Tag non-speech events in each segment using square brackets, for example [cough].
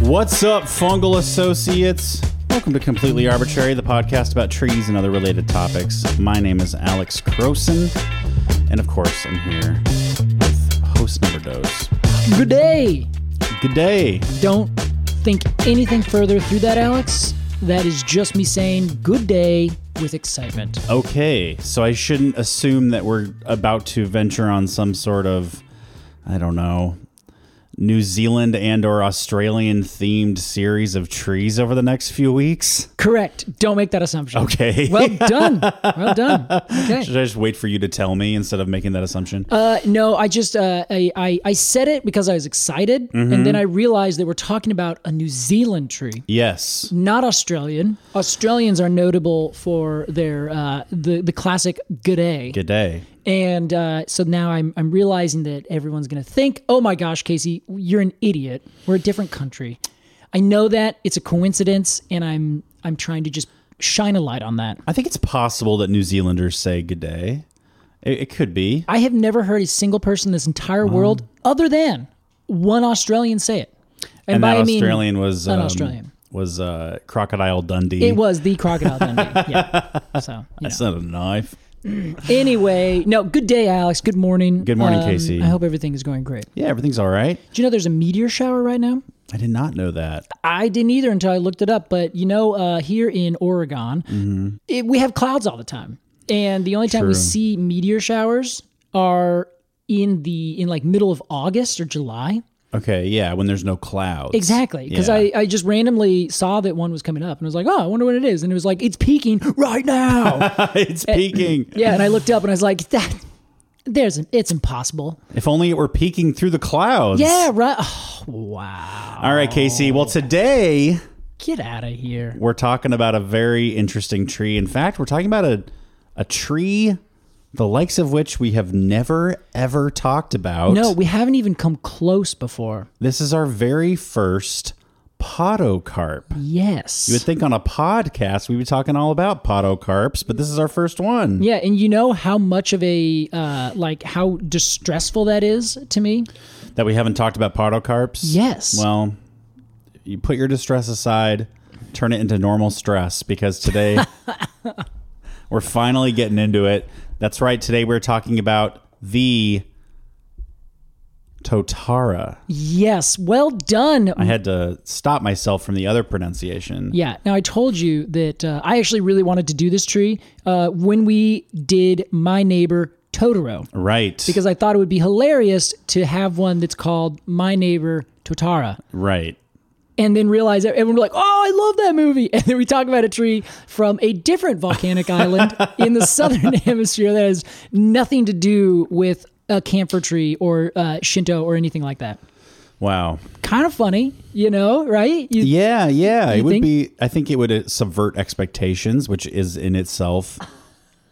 What's up, fungal associates? Welcome to Completely Arbitrary, the podcast about trees and other related topics. My name is Alex Croson, and of course, I'm here with host number dose. Good day. Good day. Don't think anything further through that, Alex. That is just me saying good day with excitement. Okay, so I shouldn't assume that we're about to venture on some sort of, I don't know, New Zealand and or Australian themed series of trees over the next few weeks. [laughs] Correct. Don't make that assumption. Okay. [laughs] Well done. Well done. Okay. Should I just wait for you to tell me instead of making that assumption? Uh, no, I just uh, I, I I said it because I was excited, and then I realized that we're talking about a New Zealand tree, yes. not Australian. Australians are notable for their uh, the the classic good day, Good day. and uh, so now I'm I'm realizing that everyone's gonna think, oh my gosh, Casey, you're an idiot. We're a different country. I know that it's a coincidence, and I'm I'm trying to just shine a light on that. I think it's possible that New Zealanders say good day. It, it could be. I have never heard a single person in this entire world, other than one Australian, say it. And, by that I mean- Australian was an um, Australian. was uh, Crocodile Dundee. It was the [laughs] crocodile Dundee. Yeah. So you That's know. not a knife. anyway, no. Good day, Alex. Good morning. Um, Good morning, Casey. I hope everything is going great. Yeah, everything's all right. Do you know there's a meteor shower right now? I did not know that. I didn't either until I looked it up. But you know, uh, here in Oregon, it, we have clouds all the time, and the only time we Mm-hmm. True. see meteor showers are in the in like middle of August or July. Okay, yeah, when there's no clouds. Exactly, because Yeah. I, I just randomly saw that one was coming up, and I was like, oh, I wonder what it is, and it was like it's peaking right now. [laughs] it's eh, peaking. yeah, and I looked up and I was like, that there's an, it's impossible. If only it were peaking through the clouds. Yeah, right. Oh, wow, All right, Casey. Well, today get out of here. we're talking about a very interesting tree. In fact, we're talking about a a tree the likes of which we have never ever talked about. No, we haven't even come close before. This is our very first podocarp. Yes. You would think on a podcast we'd be talking all about podocarps, but this is our first one. Yeah, and you know how much of a uh, like how distressful that is to me. That we haven't talked about podocarps? Yes. Well, you put your distress aside, turn it into normal stress because [laughs] today we're finally getting into it. That's right. Today we're talking about the Totara. Yes. Well done. I had to stop myself from the other pronunciation. yeah. Now I told you that uh, I actually really wanted to do this tree uh, when we did my neighbor Totoro Right. because I thought it would be hilarious to have one that's called My Neighbor Totara. right. and then realize that everyone were like, "Oh, I love that movie." [laughs] And then we talk about a tree from a different volcanic island in the southern [laughs] hemisphere that has nothing to do with a camphor tree or uh, Shinto or anything like that. Wow. Kind of funny, you know, right? You, Yeah, yeah. it would think? be I think it would uh, subvert expectations, which is in itself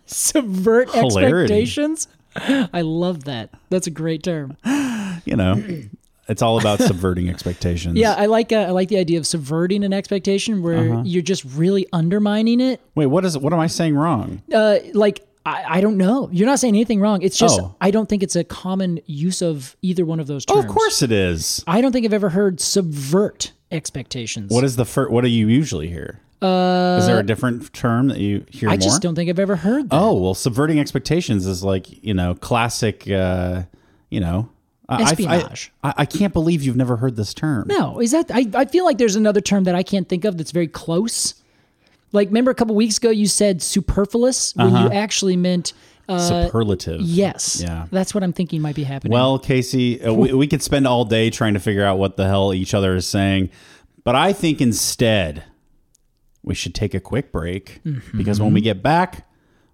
Subvert Hilarity. expectations. [gasps] I love that. That's a great term. you [clears throat] know, it's all about subverting expectations. Yeah, I like uh, I like the idea of subverting an expectation where you're just really undermining it. Wait, what is what am I saying wrong? Uh, like I, I don't know. You're not saying anything wrong. It's just Oh. I don't think it's a common use of either one of those terms. Of course it is. I don't think I've ever heard subvert expectations. What is the first? What do you usually hear? Uh, is there a different term that you hear I more? just don't think I've ever Uh. heard that. Oh well, subverting expectations is like you know classic, uh, you know, I- I- I- Espionage. I, I can't believe you've never heard this term. No, is that I, I feel like there's another term that I can't think of that's very close. Like remember a couple weeks ago you said superfluous when you actually meant uh, Superlative. yes. Uh-huh. Yeah. That's what I'm thinking might be happening. Well, Casey, uh, we, we could spend all day trying to figure out what the hell each other is saying, but I think instead we should take a quick break because when we get back,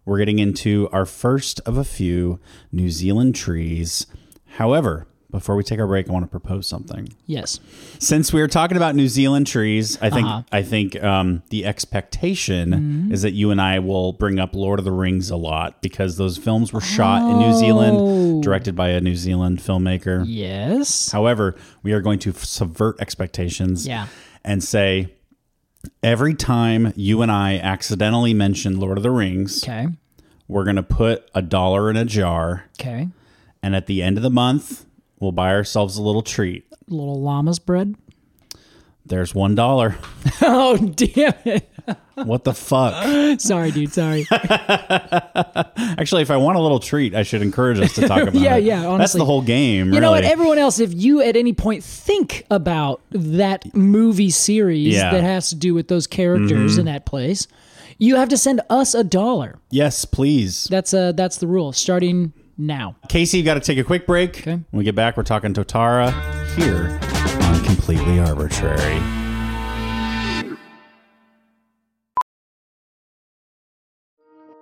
we're getting into our first of a few New Zealand trees. However, before we take our break, I want to propose something. yes. Since we are talking about New Zealand trees, I think Uh-huh. I think um, the expectation Mm-hmm. is that you and I will bring up Lord of the Rings a lot because those films were shot in New Oh. Zealand, directed by a New Zealand filmmaker. Yes. However, we are going to f- subvert expectations Yeah. and say every time you and I accidentally mention Lord of the Rings, Okay. we're going to put a dollar in a jar, Okay. and at the end of the month, we'll buy ourselves a little treat. Little llama's bread. [laughs] There's one dollar. [laughs] Oh damn it. What the fuck? Sorry, dude. Sorry. Actually, if I want a little treat, I should encourage us to [laughs] talk about Yeah, it. yeah, That's honestly. the whole game, really. You know what, everyone else, if you at any point think about that movie series Yeah. Mm-hmm. that has to do with those characters in that place, you have to send us a dollar. yes, please. That's uh that's the rule. Starting now. Casey, you got to take a quick break. Okay. When we get back, we're talking Totara here on Completely Arbitrary.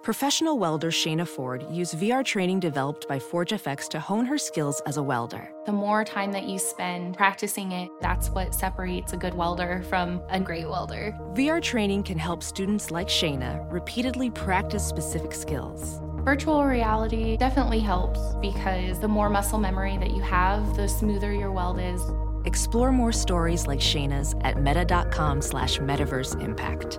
Professional welder Shayna Ford used VR training developed by ForgeFX to hone her skills as a welder. The more time that you spend practicing it, that's what separates a good welder from a great welder. VR training can help students like Shayna repeatedly practice specific skills. Virtual reality definitely helps because the more muscle memory that you have, the smoother your weld is. Explore more stories like Shayna's at meta.com slash metaverse impact.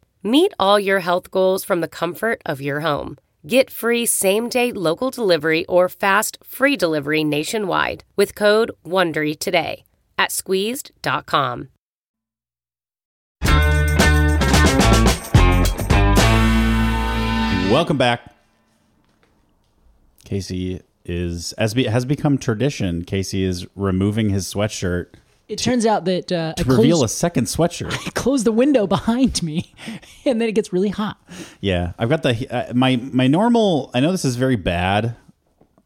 Meet all your health goals from the comfort of your home. Get free same day local delivery or fast free delivery nationwide with code WONDERY today at squeezed.com. Welcome back. Casey is, as be, has become tradition, Casey is removing his sweatshirt It turns out that uh, I to reveal a close, second [laughs] sweatshirt. close the window behind me, [laughs] and then it gets really hot. Yeah, I've got the uh, my my normal. I know this is very bad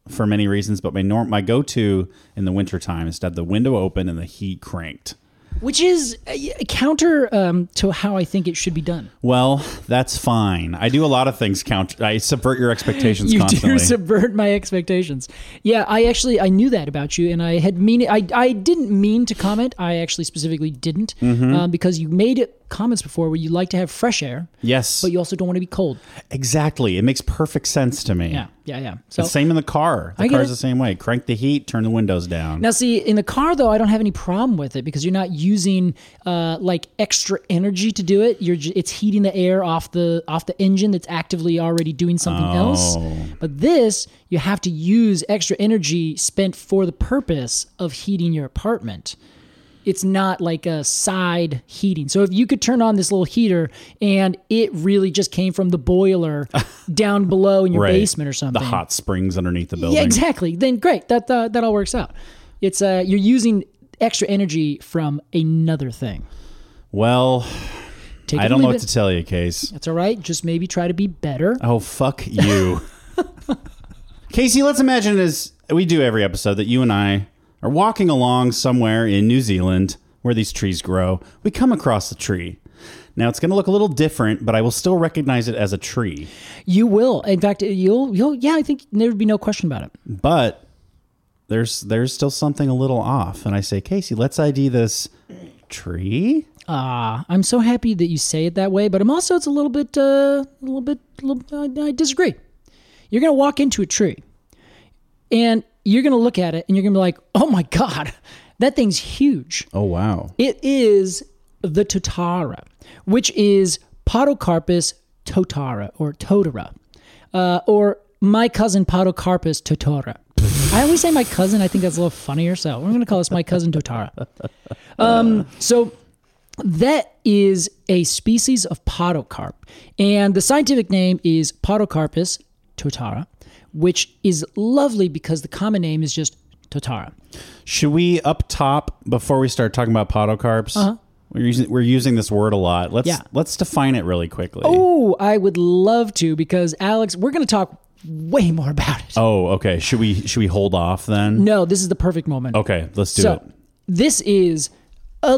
for many reasons, but my norm my go to in the wintertime is to have the window open and the heat cranked. Which is uh, counter um, to how I think it should be done. Well, that's fine. I do a lot of things count. I subvert your expectations you constantly. do [laughs] subvert my expectations yeah i actually i knew that about you and i had mean i, I didn't mean to comment i actually specifically didn't um, because you made comments before where you like to have fresh air yes, but you also don't want to be cold exactly. It makes perfect sense to me. yeah yeah yeah so The same in the car. The I get car's it. the same way. Crank the heat, turn the windows down. now see in the car though i don't have any problem with it because you're not using uh, like extra energy to do it you're ju- it's heating the air off the off the engine that's actively already doing something else Oh. but this you have to use extra energy spent for the purpose of heating your apartment it's not like a side heating. So if you could turn on this little heater and it really just came from [laughs] the boiler down below in your Right. basement or something, The hot springs underneath the building. yeah, exactly. Then great. That uh, that all works out. It's uh, you're using extra energy from another thing. Well, Take it I or don't know leave what it. to tell you, Case. That's all right. Just maybe try to be better. Oh, fuck you. [laughs] Casey, let's imagine as we do every episode that you and I are walking along somewhere in New Zealand where these trees grow. We come across a tree. Now it's going to look a little different, but I will still recognize it as a tree. You will. In fact, uh, you'll you'll yeah. I think there would be no question about it. But there's there's still something a little off, and I say, Casey, let's ID this tree. I'm so happy that you say it that way, but I'm also it's a little bit uh, a little bit. a Little, I I disagree. You're gonna walk into a tree. And you're going to look at it and you're going to be like, oh my God, [laughs] that thing's huge. Oh wow. It is the Totara, which is Podocarpus totara or totara, uh, or my cousin Podocarpus totara. I always say my cousin. I think that's a little funnier, so we're going to call this my cousin totara. Um, so that is a species of podocarp, and the scientific name is Podocarpus totara, which is lovely because the common name is just totara. Should we up top before we start talking about podocarps? We're using we're using this word a lot. Let's Uh-huh. Yeah. let's define it really quickly. Oh, I would love to because Alex, we're going to talk way more about it. Oh, okay. Should we should we hold off then? No, this is the perfect moment. Okay, let's do so it. this is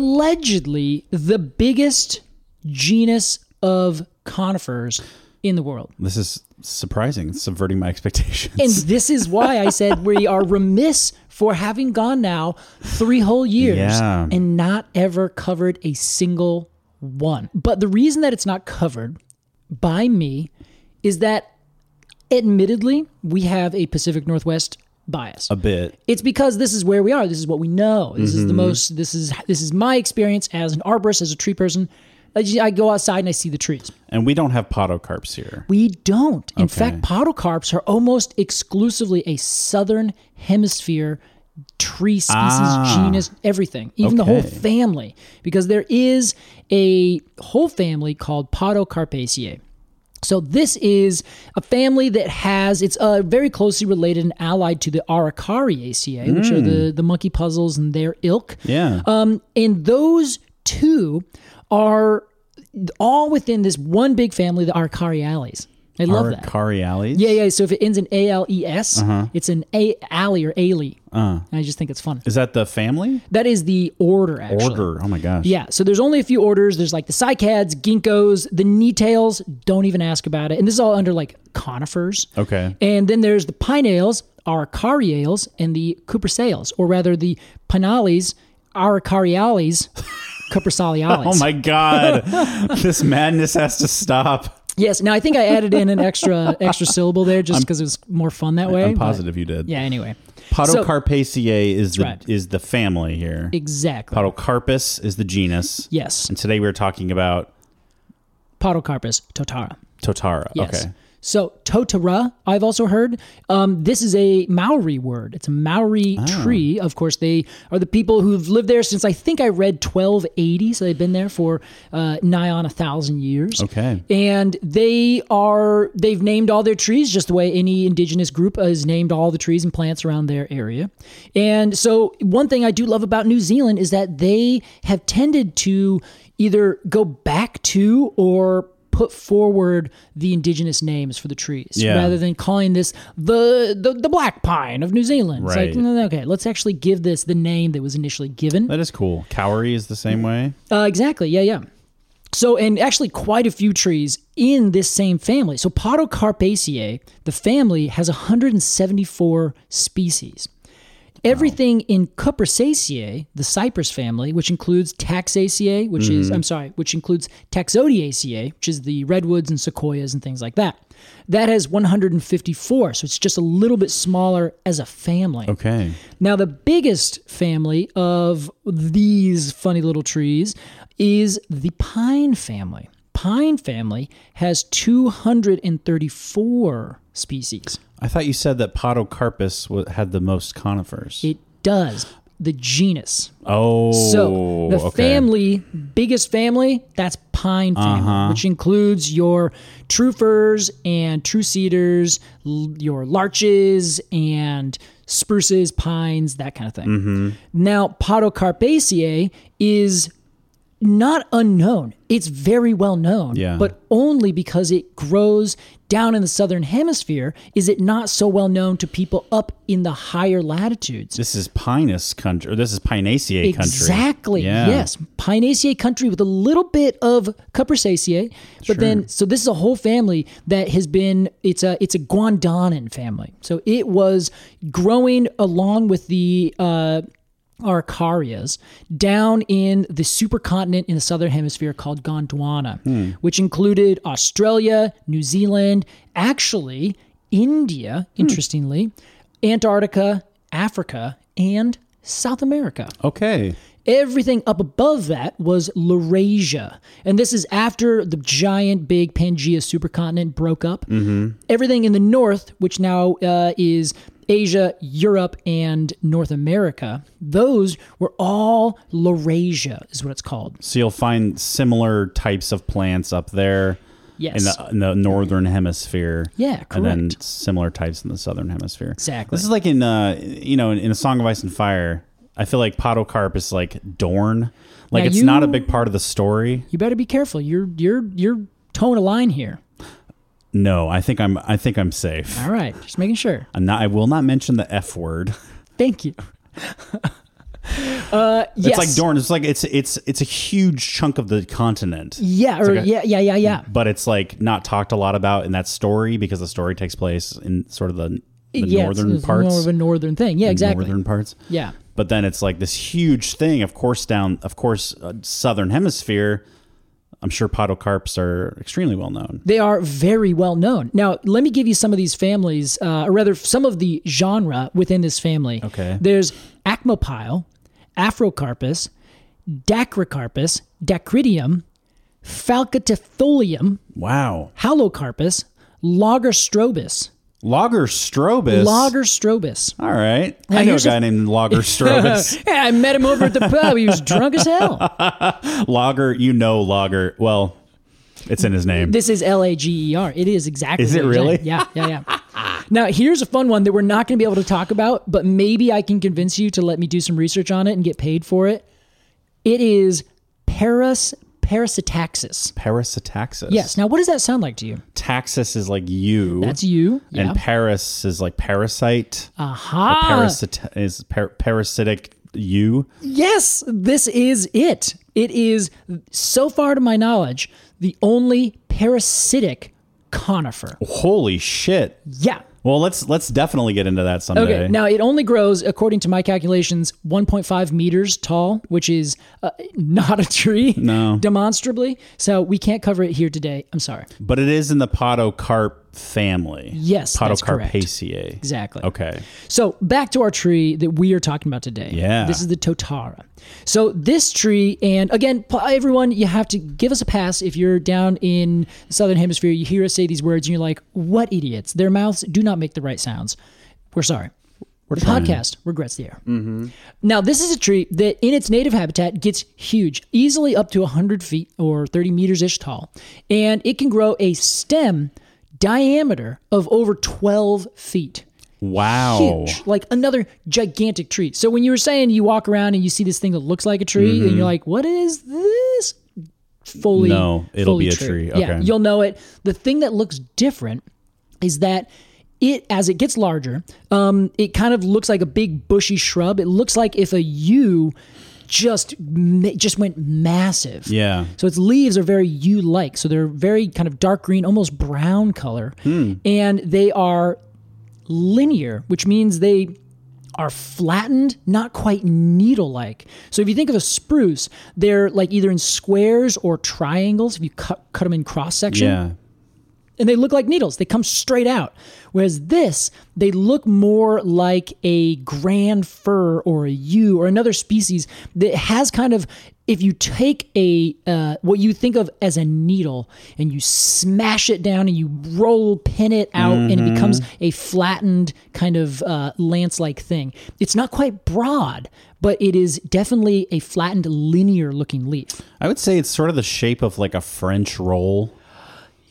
allegedly the biggest genus of conifers in the world. This is surprising. It's subverting my expectations. And this is why I said we are remiss for having gone now three whole years Yeah. and not ever covered a single one. But the reason that it's not covered by me is that admittedly we have a Pacific Northwest bias. [laughs] a bit. it's because this is where we are. This is what we know. This is the most this is this is my experience as an arborist, as a tree person. I ju- I go outside and I see the trees. And we don't have podocarps here. We don't. In Okay. fact, podocarps are almost exclusively a southern hemisphere tree species, Ah. genus, everything, even the whole Okay. family, because there is a whole family called Podocarpaceae. So this is a family that has it's uh, very closely related and allied to the Araucariaceae, which are the the monkey puzzles and their ilk. Hmm. Yeah. Um, and those two are all within this one big family, the Arcariales. I love Are that. Cariales? yeah, yeah. So if it ends in A L E S, it's an A alley or ailey. Uh-huh. Uh, I just think it's fun. is that the family? That is the order, actually. Order. Oh my gosh. Yeah, so there's only a few orders. There's like the cycads, ginkgos, the E knee-tails. Don't even ask about it. And this is all under like conifers. Okay. And then there's the pineales, arcariales, and the cupressales, or rather the pinales, [laughs] arcariales, cupressaliales. Oh my [laughs] god. this madness has to stop. Yes. Now I think I added in an [laughs] extra extra syllable there just because it was more fun that way. I'm but- positive you did. Yeah. Anyway. Podocarpaceae is the right. is the family here. Exactly. Podocarpus is the [laughs] genus. yes. And today we were talking about Podocarpus totara. Totara. Yes. Okay. So totara, I've also heard. Um, this is a Maori word. It's a Maori Ah. tree. Of course, they are the people who've lived there since I think I read 1280. So they've been there for uh, nigh on a thousand years. Okay. And they are they've named all their trees just the way any indigenous group has named all the trees and plants around their area. And so one thing I do love about New Zealand is that they have tended to either go back to or put forward the indigenous names for the trees Yeah. rather than calling this the, the the black pine of New Zealand. It's Right. like, no, no, okay, let's actually give this the name that was initially given. That is cool. Cowrie is the same way. Uh, exactly. Yeah, yeah. So, and actually, quite a few trees in this same family. So, Podocarpaceae, the family has 174 species. Everything in Cupressaceae, the cypress family, which includes Taxaceae, which is I'm sorry, which includes Taxodiaceae, which is the redwoods and sequoias and things like that. That has 154, so it's just a little bit smaller as a family. Okay. Now, the biggest family of these funny little trees is the pine family. Pine family has 234 species. I thought you said that Podocarpus wa- had the most conifers. It does. The genus. oh, So okay. the Uh-huh. family, biggest family, that's pine family, which includes your true firs and true cedars, l- your larches and spruces, pines, that kind of thing. Mm-hmm. Now, Podocarpaceae is not unknown. It's very well known, Yeah. but only because it grows down in the southern hemisphere is it not so well known to people up in the higher latitudes. This is Pinus country, or this is Pinaceae country. Exactly. Yeah. Yes. Pinaceae country with a little bit of Cupressaceae, but then so this is a whole family that has been it's a it's a Guandanan family. So it was growing along with the uh Arcarias down in the supercontinent in the southern hemisphere called Gondwana, Hmm. which included Hmm. Australia, New Zealand, actually India, interestingly, Antarctica, Africa, and South America. Okay. Everything up above that was Laurasia. And this is after the giant big Pangea supercontinent broke up. Mm-hmm. Everything in the north, which now uh, is Asia, Europe, and North America, those were all Laurasia, is what it's called. So you'll find similar types of plants up there Yes. in the, in the northern hemisphere. Yeah, And then correct. similar types in the southern hemisphere. Exactly. This is like in uh you know in, in a Song of Ice and Fire. I feel like podocarp is like Dorn. Like Now it's you- not a big part of the story. you better be careful. You're you're you're towing a line here. No, I think I'm I think I'm safe. All right, just making sure. I'm not I will not mention the F word. Thank you. uh, It's yes. like Dorn. It's like it's it's it's a huge chunk of the continent. Yeah, or like a- yeah, yeah, yeah, yeah. But it's like not talked a lot about in that story because the story takes place in sort of the, the yeah, it's- northern it's parts. More of a northern thing. Yeah, exactly. Northern parts. Yeah. but then it's like this huge thing of course down of course uh, southern hemisphere i'm sure podocarps are extremely well known They are very well known. Now, let me give you some of these families, uh, or rather, some of the genre within this family. Okay. There's Acmopyle, Afrocarpus, Dacrocarpus, Dacridium, Falcatitholium, wow Halocarpus, Lagerstrobus. lager strobus Lagerstrobus. all right i Now, know a here's guy a- named lager [laughs] strobus Yeah, I met him over at the pub. He was drunk as hell. lager you know lager well it's in his name This is L A G E R. It is exactly. Is it what you're really? saying. Yeah, yeah, yeah. now here's a fun one that we're not going to be able to talk about, but maybe I can convince you to let me do some research on it and get paid for it. It is Paris parasitaxis. parasitaxis Yes. Now, what does that sound like to you? taxis is like you That's you. Yeah. Ah. and paris is like parasite Aha. parasit is par- parasitic you Yes, this is it. It is, so far to my knowledge, the only parasitic conifer. holy shit Yeah. well let's let's definitely get into that someday Okay, now it only grows, according to my calculations, 1.5 meters tall, which is uh, not a tree, No. [laughs] demonstrably. So we can't cover it here today. I'm sorry. But it is in the podocarp family. Yes, that's correct. Podocarpaceae. Exactly. Okay. So back to our tree that we are talking about today. Yeah. This is the Totara. So this tree, and again, p- everyone, you have to give us a pass if you're down in the Southern Hemisphere. You hear us say these words, and you're like, "What idiots! Their mouths do not make the right sounds." We're sorry. the podcast regrets the air. Mm-hmm. Now, this is a tree that, in its native habitat, gets huge, easily up to 100 feet or 30 meters ish tall, and it can grow a stem diameter of over 12 feet Wow. huge, like another gigantic tree. So when you were saying you walk around and you see this thing that looks like a tree, Mm-hmm. and you're like, "What is this?" Fully, No, it'll fully be a true. tree. Yeah, Okay. you'll know it. The thing that looks different is that it, as it gets larger, um, it kind of looks like a big bushy shrub. It looks like if a U just ma- just went massive. Yeah. So its leaves are very yew like. So they're very kind of dark green, almost brown color. And they are linear, which means they are flattened, not quite needle like. So if you think of a spruce, they're like either in squares or triangles if you cut, cut them in cross section. Yeah. And they look like needles, they come straight out. Whereas this, they look more like a grand fir or a yew or another species that has kind of. If you take a uh, what you think of as a needle and you smash it down and you roll pin it out and it becomes a flattened kind of uh, lance-like thing, it's not quite broad, but it is definitely a flattened, linear-looking leaf. I would say it's sort of the shape of like a French roll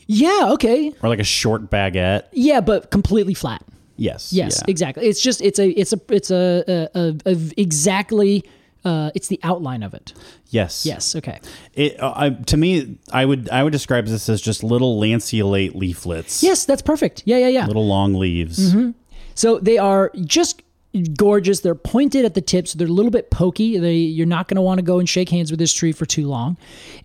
Yeah. Okay. or like a short baguette. Yeah, but completely flat. Yes. Yes, Yeah. exactly. It's just it's a it's a it's a, a, a, a exactly uh, it's the outline of it. Yes. Yes. Okay. It, uh, I, to me, I would I would describe this as just little lanceolate leaflets. Yes, that's perfect. Yeah, yeah, yeah. Little long leaves. So they are just gorgeous. They're pointed at the tips. They're a little bit pokey. They you're not going to want to go and shake hands with this tree for too long,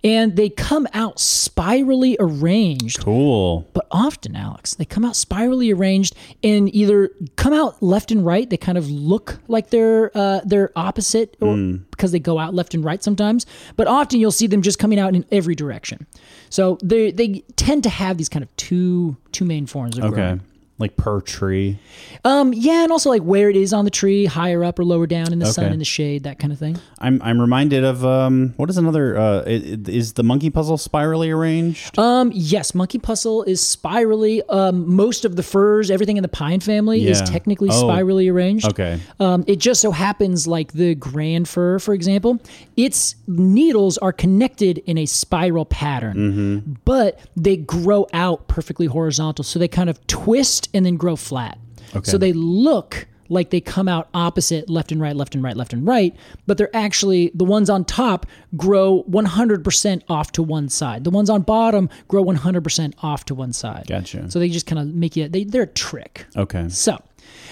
and they come out spirally arranged. Cool. But often, Alex, they come out spirally arranged and either come out left and right. They kind of look like they're uh, they're opposite or, Hmm. because they go out left and right sometimes. But often you'll see them just coming out in every direction. So they they tend to have these kind of two two main forms of Okay. growing. like per tree? Um, yeah, and also like where it is on the tree, higher up or lower down in the sun, Okay. in the shade, that kind of thing. I'm I'm reminded of um what is another uh i- i- is the monkey puzzle spirally arranged? Um, yes, monkey puzzle is spirally. Um, most of the firs, everything in the pine family is Yeah. technically Oh. spirally arranged. Okay. Um, it just so happens, like the grand fir, for example, its needles are connected in a spiral pattern, but they grow out perfectly horizontal. So they kind of twist and then grow flat. So they look like they come out opposite, left and right, left and right, left and right, but they're actually the ones on top grow 100% off to one side. The ones on bottom grow 100% off to one side. Gotcha. So they just kind of make you, they, they're a trick. Okay. So,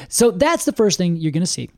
so that's the first thing you're going to see.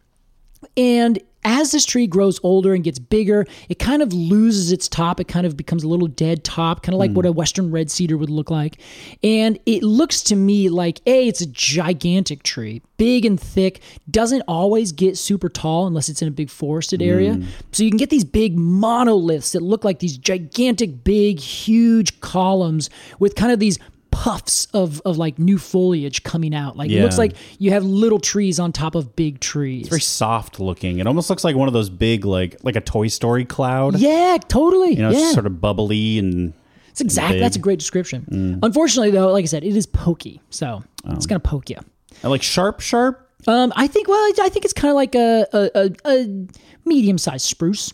And as this tree grows older and gets bigger, it kind of loses its top. It kind of becomes a little dead top, kind of like Hmm. what a Western red cedar would look like. And it looks to me like A, it's a gigantic tree, big and thick, doesn't always get super tall unless it's in a big forested area. Hmm. So you can get these big monoliths that look like these gigantic, big, huge columns with kind of these puffs of, of like new foliage coming out. Like it looks Yeah. like you have little trees on top of big trees. Very soft looking. It almost looks like one of those big like like a Toy Story cloud. Yeah, totally. You know, yeah, it's sort of bubbly and it's exactly. big. That's a great description. Mm. Unfortunately, though, like I said, it is pokey, so Oh. it's gonna poke you. and, like sharp, sharp. Um, I think. Well, I think it's kind of like a a, a, a medium sized spruce.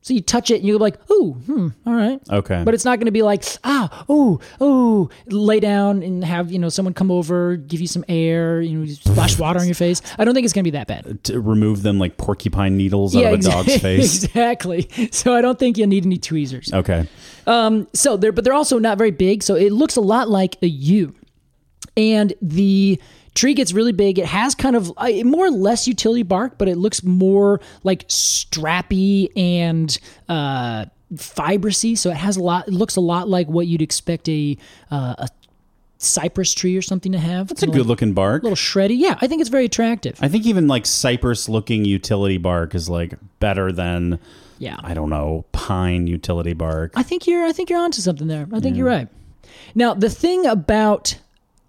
So you touch it and you're like, ooh, hmm, all right. Okay. But it's not going to be like, ah, ooh, ooh, lay down and have you know someone come over, give you some air, you know, splash water on your face. I don't think it's going to be that bad. to remove them like porcupine needles out of a exa- [laughs] dog's face. Exactly. So I don't think you'll need any tweezers. Okay. So they're but they're also not very big, so it looks a lot like a U. And the tree gets really big. It has kind of uh, more or less utility bark, but it looks more like strappy and uh fibrousy so it has a lot it looks a lot like what you'd expect a uh, a cypress tree or something to have It's a good looking bark. little shreddy yeah i think it's very attractive I think even like cypress looking utility bark is like better than yeah I don't know, pine utility bark. I think you're I think you're onto something there. I think you're right. Now the thing about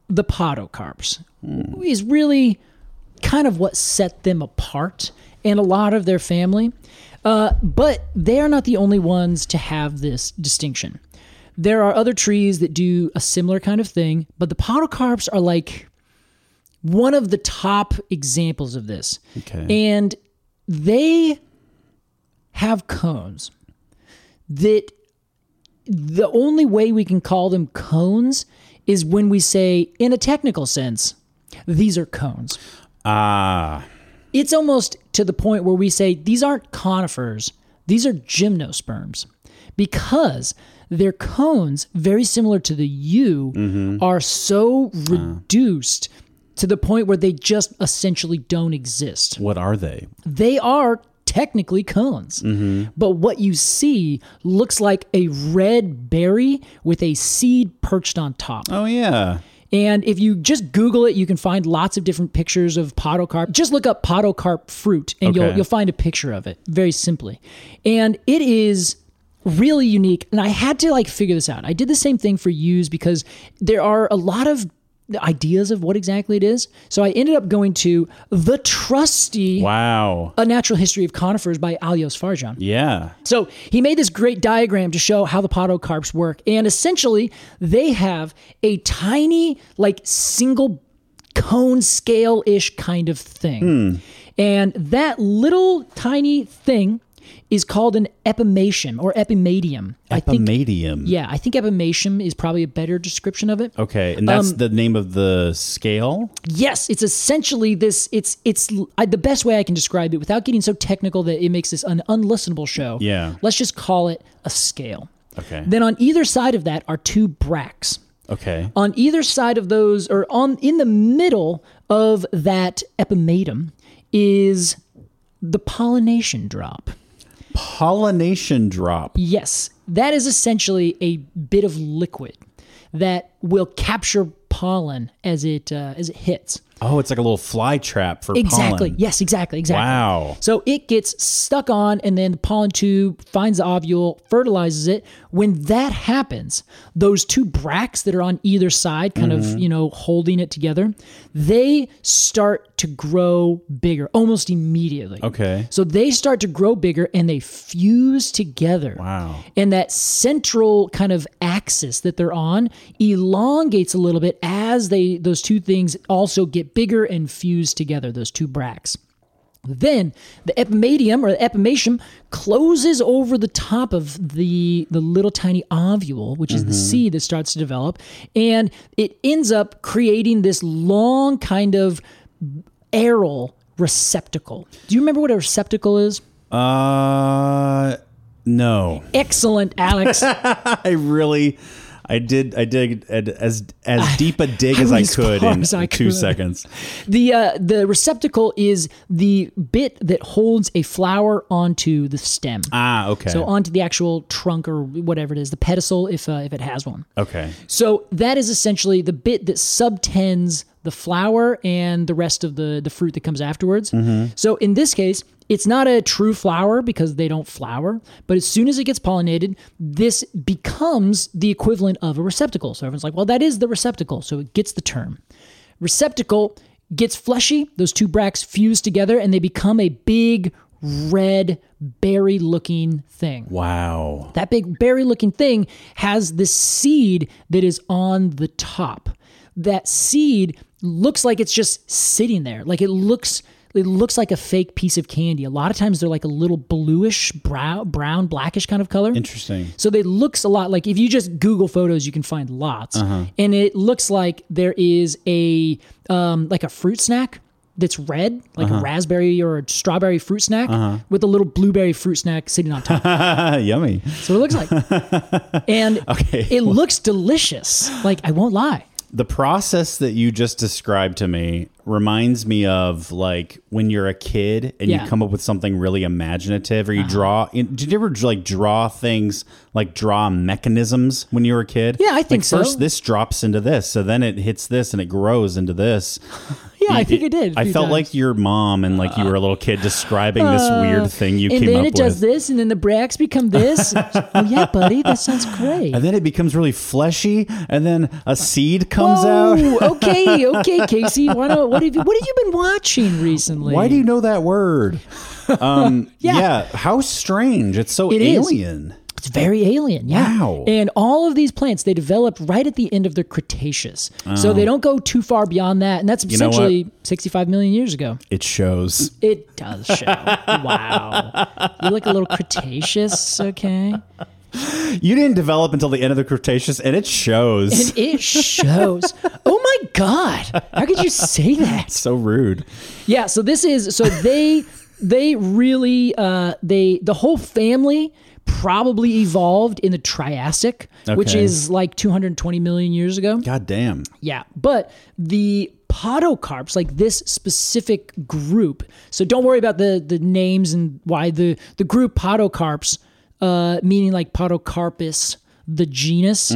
the podocarps is really kind of what set them apart and a lot of their family. Uh, but they are not the only ones to have this distinction. There are other trees that do a similar kind of thing, but the podocarps are like one of the top examples of this. Okay. And they have cones that the only way we can call them cones is when we say, in a technical sense, these are cones. Ah, It's almost to the point where we say, these aren't conifers, these are gymnosperms because their cones, very similar to the U, are so reduced. To the point where they just essentially don't exist what are they? they are technically cones. Mm-hmm. But what you see looks like a red berry with a seed perched on top. Oh yeah. And if you just Google it, you can find lots of different pictures of podocarp. Just look up podocarp fruit and you'll Okay. you'll find a picture of it very simply. And it is really unique. And I had to like figure this out. I did the same thing for U's because there are a lot of ideas of what exactly it is. So I ended up going to the trusty Wow. a Natural History of Conifers by Alios Farjan. Yeah. So he made this great diagram to show how the podocarps work. And essentially, they have a tiny, like single cone scale ish kind of thing. And that little tiny thing is called an epimatium or epimadium. I think, Epimadium. yeah, I think epimatium is probably a better description of it. Okay, and Um, that's the name of the scale. yes it's essentially this it's it's I, the best way i can describe it without getting so technical that it makes this an unlistenable show Yeah. let's just call it a scale Okay. then on either side of that are two bracts Okay. on either side of those or on in the middle of that epimatum is the pollination drop Pollination drop. Yes, that is essentially a bit of liquid that will capture pollen as it uh, as it hits. Oh, it's like a little fly trap for Exactly. pollen. Yes, exactly, exactly. Wow. So it gets stuck on, and then the pollen tube finds the ovule, fertilizes it. When that happens, those two bracts that are on either side, kind Mm-hmm. of, you know, holding it together, they start to grow bigger almost immediately. Okay. So they start to grow bigger and they fuse together. Wow. And that central kind of axis that they're on elongates a little bit as they those two things also get bigger and fuse together, those two bracts. Then the epimedium or the epimatium closes over the top of the the little tiny ovule, which is the Mm-hmm. seed that starts to develop, and it ends up creating this long kind of aerial receptacle. Do you remember what a receptacle is? Uh, no, Excellent, [laughs] Alex. I really, I did, I dig as [laughs] as deep a dig as I went as could far in as I two could. seconds. the uh, the receptacle is the bit that holds a flower onto the stem. Ah, okay, So onto the actual trunk or whatever it is, the pedestal if uh, if it has one. okay, So that is essentially the bit that subtends the flower and the rest of the the fruit that comes afterwards. So in this case, it's not a true flower because they don't flower, but as soon as it gets pollinated, this becomes the equivalent of a receptacle. So everyone's like, "Well, that is the receptacle." So it gets the term. Receptacle gets fleshy, those two bracts fuse together and they become a big red berry looking thing. wow, That big berry looking thing has this seed that is on the top. That seed looks like it's just sitting there. Like it looks it looks like a fake piece of candy. A lot of times they're like a little bluish brown brown blackish kind of color. interesting. [laughs] So they looks a lot like if you just Google photos, you can find lots, and it looks like there is a um, like a fruit snack that's red, like a raspberry or a strawberry fruit snack, with a little blueberry fruit snack sitting on top. Yummy. That's what it looks like, [laughs] and it looks delicious. Like I won't lie. The process that you just described to me reminds me of like when you're a kid and Yeah. Uh-huh. you come up with something really imaginative or you draw. In, did you ever like draw things like draw mechanisms when you were a kid? Yeah, I think like, so. First, this drops into this, so then it hits this, and it grows into this. Yeah, I think it did. a I few felt times. Uh, like your mom and like you were a little kid describing this weird thing you and came then up it does with. this, and then the bracts become [laughs] this. oh yeah, buddy, that sounds great. And then it becomes really fleshy, and then a seed comes out. [laughs] Whoa, okay, okay, Casey. Why not, what have you What have you been watching recently? Why do you know that [laughs] word? Um, yeah. how strange. It's so It is. alien. It's very alien. Yeah. Wow. And all of these plants they developed right at the end of their Cretaceous, so they don't go too far beyond that, and that's Oh. know what? essentially 65 million years ago. It shows. It does show. wow. You look a little Cretaceous, okay? You didn't develop until the end of the Cretaceous, and it shows. [laughs] And it shows. Oh my God! How could you say that? so rude. Yeah, so this is so they they really uh they the whole family probably evolved in the Triassic, which Okay. is like 220 million years ago. God damn. Yeah, but the podocarps, like this specific group. So don't worry about the the names and why the the group podocarps, uh, meaning like podocarpus, the genus.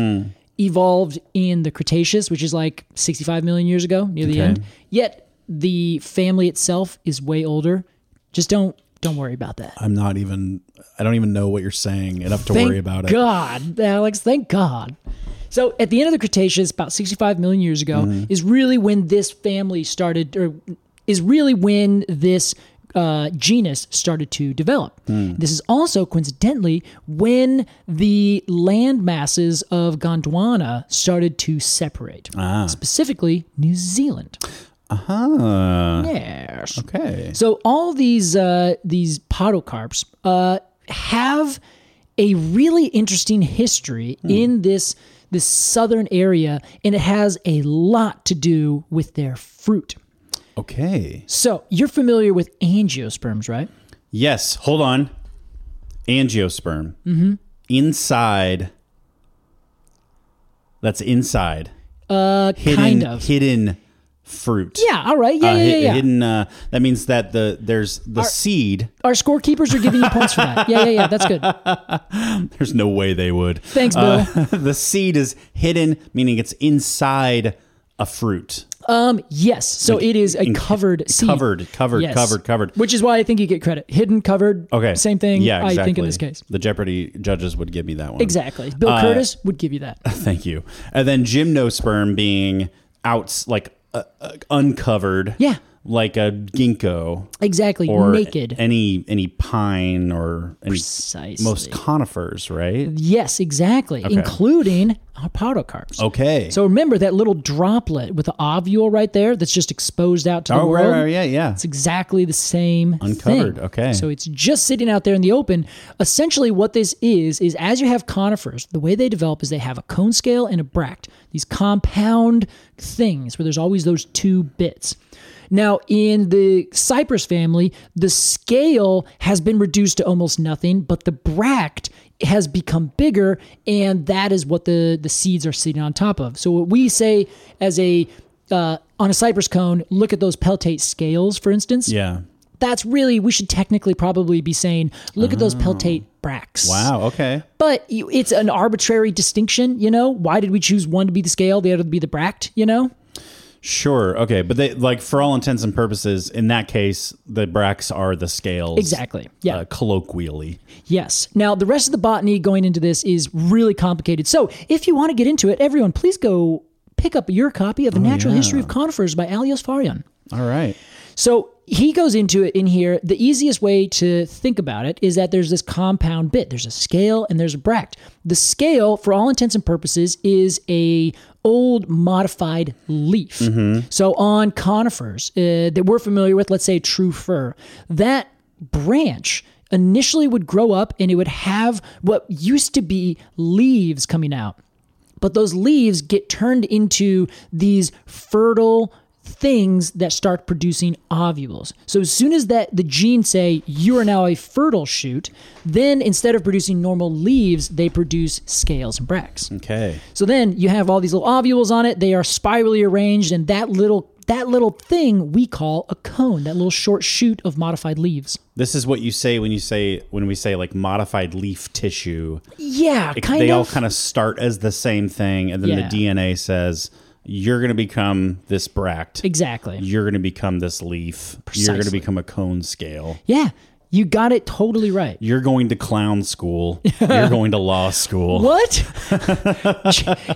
Evolved in the Cretaceous, which is like 65 million years ago, near the end. Yet the family itself is way older. Just don't don't worry about that. I'm not even, I don't even know what you're saying enough to Thank worry about it. God, Alex, thank God. So at the end of the Cretaceous, about 65 million years ago, Mm-hmm. is really when this family started, or is really when this uh, genus started to develop. Mm. This is also coincidentally when the land masses of Gondwana started to separate, Ah. specifically New Zealand. Huh. Yes. Okay. So all these uh, these podocarps uh, have a really interesting history Hmm. in this this southern area, and it has a lot to do with their fruit. Okay. So you're familiar with angiosperms, right? Yes. Hold on. Angiosperm. Mm-hmm. Inside. That's inside. Uh, Hidden. kind of. Hidden fruit. Yeah, all right. Yeah, Uh, yeah, hi- yeah, yeah. Hidden. Uh, that means that the there's the seed. Our scorekeepers are giving you points for that. Yeah, yeah, yeah. That's good. There's no way they would. Thanks, Uh, [laughs] the seed is hidden, meaning it's inside a fruit. Um, yes. So it is a in- [laughs] covered seed. Covered, covered, Yes. covered, covered. Which is why I think you get credit. Hidden, covered. Okay. Same thing. Yeah, exactly. I think in this case. The Jeopardy judges would give me that one. Exactly. Bill Uh, Curtis would give you that. Thank you. And then gymnosperm being out, like uh, uh, uncovered. Yeah. Like a ginkgo Exactly. or Naked. any any pine or any Precisely. most conifers, right? yes, exactly. Including our podocarps. Okay. So remember that little droplet with the ovule right there that's just exposed out to the oh, right, world. right, yeah, yeah. It's exactly the same Uncovered, thing. okay. So it's just sitting out there in the open. Essentially, what this is is as you have conifers, the way they develop is they have a cone scale and a bract, these compound things where there's always those two bits. Now, in the cypress family, the scale has been reduced to almost nothing, but the bract has become bigger, and that is what the, the seeds are sitting on top of. So, what we say as a uh, on a cypress cone, look at those peltate scales, for instance. Yeah. That's really, we should technically probably be saying, look at those peltate bracts. Wow. Okay. But you- it's an arbitrary distinction, you know? Why did we choose one to be the scale, the other to be the bract, you know? Sure. Okay. But they like for all intents and purposes, in that case, the bracts are the scales. Exactly. Yeah. Uh, colloquially. Yes. Now, the rest of the botany going into this is really complicated. So, if you want to get into it, everyone, please go pick up your copy of A Natural History of Conifers by Alios Farion. All right. So he goes into it in here. The easiest way to think about it is that there's this compound bit. There's a scale and there's a bract. The scale, for all intents and purposes, is a old modified leaf. So on conifers uh, that we're familiar with, let's say true fir, that branch initially would grow up and it would have what used to be leaves coming out but those leaves get turned into these fertile things that start producing ovules. So as soon as that the genes say you are now a fertile shoot, then instead of producing normal leaves, they produce scales and bracts. Okay. So then you have all these little ovules on it. They are spirally arranged, and that little that little thing we call a cone, that little short shoot of modified leaves. This is what you say when you say when we say like modified leaf tissue. Yeah, It- kind they of. all kind of start as the same thing, and then the Yeah. DNA says you're going to become this bract. exactly. You're going to become this leaf. You're going to Precisely. become a cone scale. yeah, you got it totally right. You're going to clown [laughs] school. you're going to law school. What? [laughs]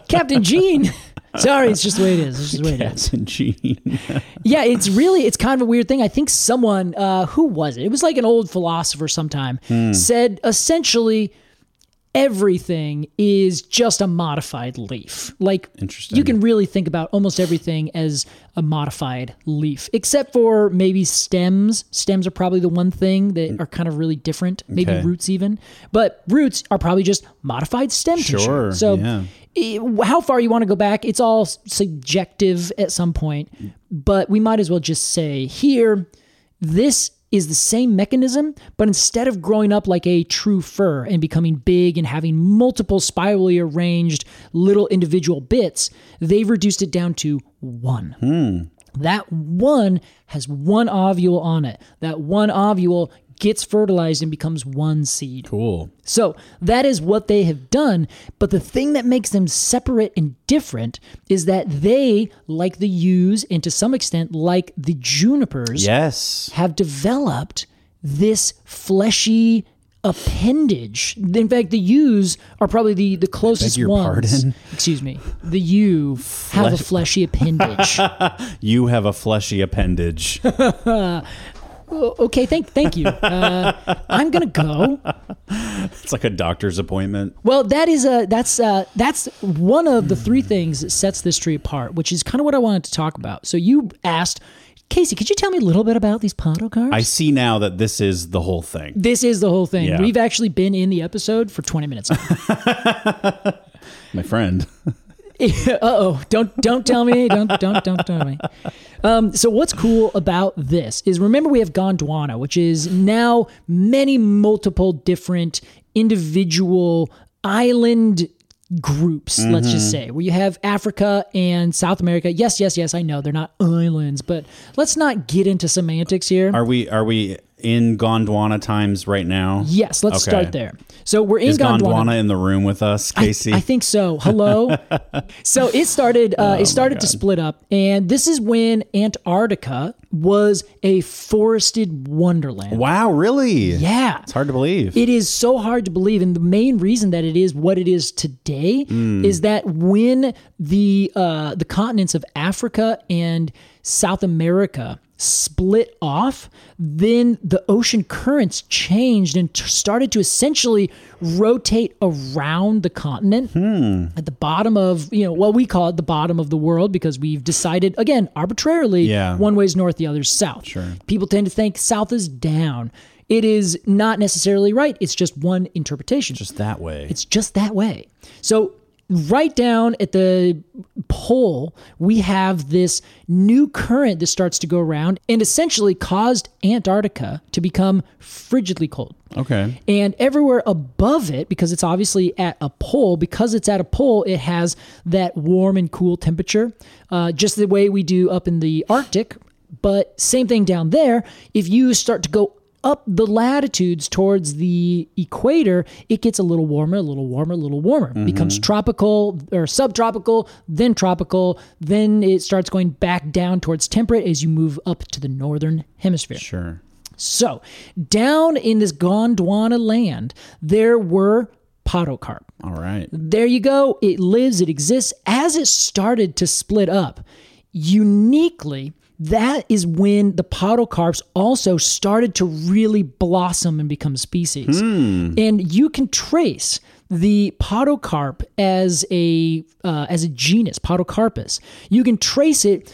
Captain Gene. Sorry, it's just the way it is. It's just the way it is. That's a gene. Yeah, it's really it's kind of a weird thing. I think someone uh, who was it? It was like an old philosopher sometime said essentially everything is just a modified leaf. Like Interesting. you can really think about almost everything as a modified leaf, except for maybe stems. Stems are probably the one thing that are kind of really different. Maybe Mm. Okay. roots even, but roots are probably just modified stem tissue. Sure, So yeah. it- how far you want to go back, it's all s- subjective at some point, Mm. but we might as well just say here, this is the same mechanism, but instead of growing up like a true fir and becoming big and having multiple spirally arranged little individual bits, they've reduced it down to one. That one has one ovule on it. That one ovule gets fertilized and becomes one seed. Cool. So that is what they have done. But the thing that makes them separate and different is that they, like the yews and to some extent like the junipers, Yes. have developed this fleshy appendage. In fact, the yews are probably the, the closest your ones. pardon? Excuse me. The yew have a [laughs] fleshy appendage. You have a fleshy [laughs] appendage. O- okay, thank thank you. Uh, I'm gonna go. it's like a doctor's appointment. Well, that is a that's uh that's one of the three things that sets this tree apart, which is kind of what I wanted to talk about. So you asked, Casey, could you tell me a little bit about these podocarps? I see now that this is the whole thing. this is the whole thing. Yeah. We've actually been in the episode for 20 minutes. uh My friend. [laughs] oh, don't don't tell me, don't don't don't tell me. Um, so what's cool about this is remember we have Gondwana, which is now many multiple different individual island groups, let's just Mm-hmm. say, where you have Africa and South America. Yes, yes, yes, I know they're not islands, but let's not get into semantics here. Are we are we in Gondwana times right now? yes, let's Okay. start there. So we're in Is Gondwana. Gondwana in the room with us, Casey? I think so. Hello. so it started. Uh, it started to split up, and this is when Antarctica was a forested wonderland. wow, really? Yeah. It's hard to believe. It is so hard to believe. And the main reason that it is what it is today Hmm. is that when the uh, the continents of Africa and South America split off, then the ocean currents changed and t- started to essentially rotate around the continent Hmm. at the bottom of, you know, what we call it the bottom of the world because we've decided, again, arbitrarily, Yeah. one way's north, the other's south. Sure. People tend to think south is down. It is not necessarily right. It's just one interpretation. Just that way. It's just that way. So, right down at the pole, we have this new current that starts to go around and essentially caused Antarctica to become frigidly cold. okay. And everywhere above it, because it's obviously at a pole, because it's at a pole, it has that warm and cool temperature, uh, just the way we do up in the Arctic. But same thing down there. If you start to go up the latitudes towards the equator, it gets a little warmer, a little warmer, a little warmer. Becomes tropical or subtropical, then tropical, then it starts going back down towards temperate as you move up to the northern hemisphere. Sure. So, down in this Gondwana land, there were podocarp. All right. There you go. It lives, it exists. As it started to split up, uniquely, that is when the podocarps also started to really blossom and become species. And you can trace the podocarp as a uh, as a genus, Podocarpus. You can trace it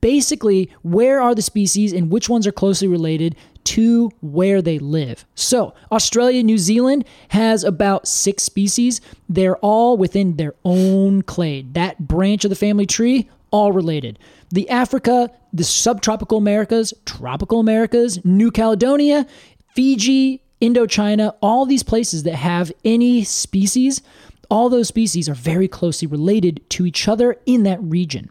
basically where are the species and which ones are closely related to where they live. So, Australia, New Zealand has about 6 species. They're all within their own clade. That branch of the family tree all related. The Africa, the subtropical Americas, tropical Americas, New Caledonia, Fiji, Indochina, all these places that have any species, all those species are very closely related to each other in that region.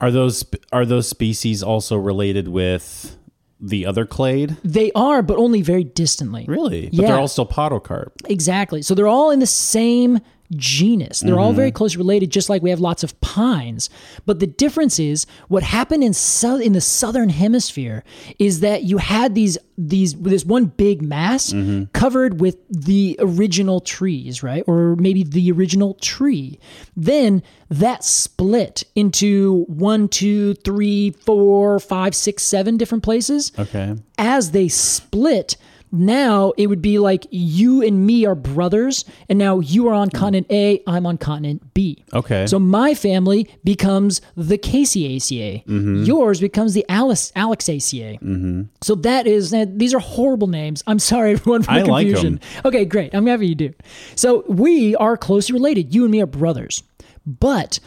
Are those are those species also related with the other clade? They are, but only very distantly. Really? But Yeah. they're all still podocarp. Exactly. So they're all in the same genus. They're all very closely related, just like we have lots of pines. But the difference is what happened in sou- in the southern hemisphere is that you had these these this one big mass covered with the original trees, right? Or maybe the original tree. Then that split into one, two, three, four, five, six, seven different places Okay. as they split, now it would be like you and me are brothers, and now you are on continent A, I'm on continent B. Okay. So my family becomes the Casey ACA. Mm-hmm. Yours becomes the Alice Alex ACA. So that is that- these are horrible names. I'm sorry [laughs] everyone for the I like 'em. confusion. Okay, great. I'm happy you do. So we are closely related. You and me are brothers. But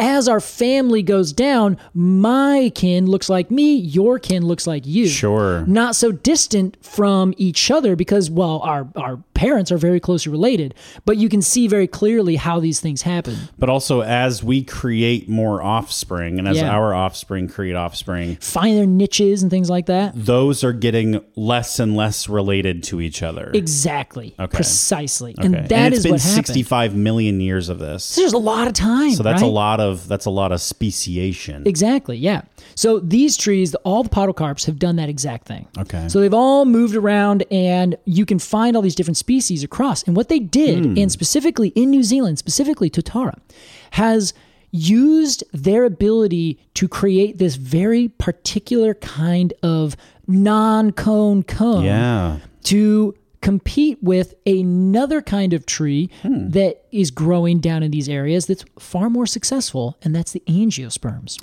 as our family goes down, my kin looks like me, your kin looks like you Sure. not so distant from each other because well our our parents are very closely related but you can see very clearly how these things happen But also, as we create more offspring, and as Yeah. our offspring create offspring, find their niches and things like that those are getting less and less related to each other. exactly precisely and Okay. that it's is been what happened 65 million years of this. so there's a lot of time So that's right? a lot of that's a lot of speciation. Exactly, yeah. So these trees, the- all the podocarps have done that exact thing. Okay. So they've all moved around and you can find all these different species across. And what they did, Hmm. and specifically in New Zealand, specifically Totara, has used their ability to create this very particular kind of non cone cone yeah. to compete with another kind of tree Hmm. that is growing down in these areas that's far more successful, and that's the angiosperms.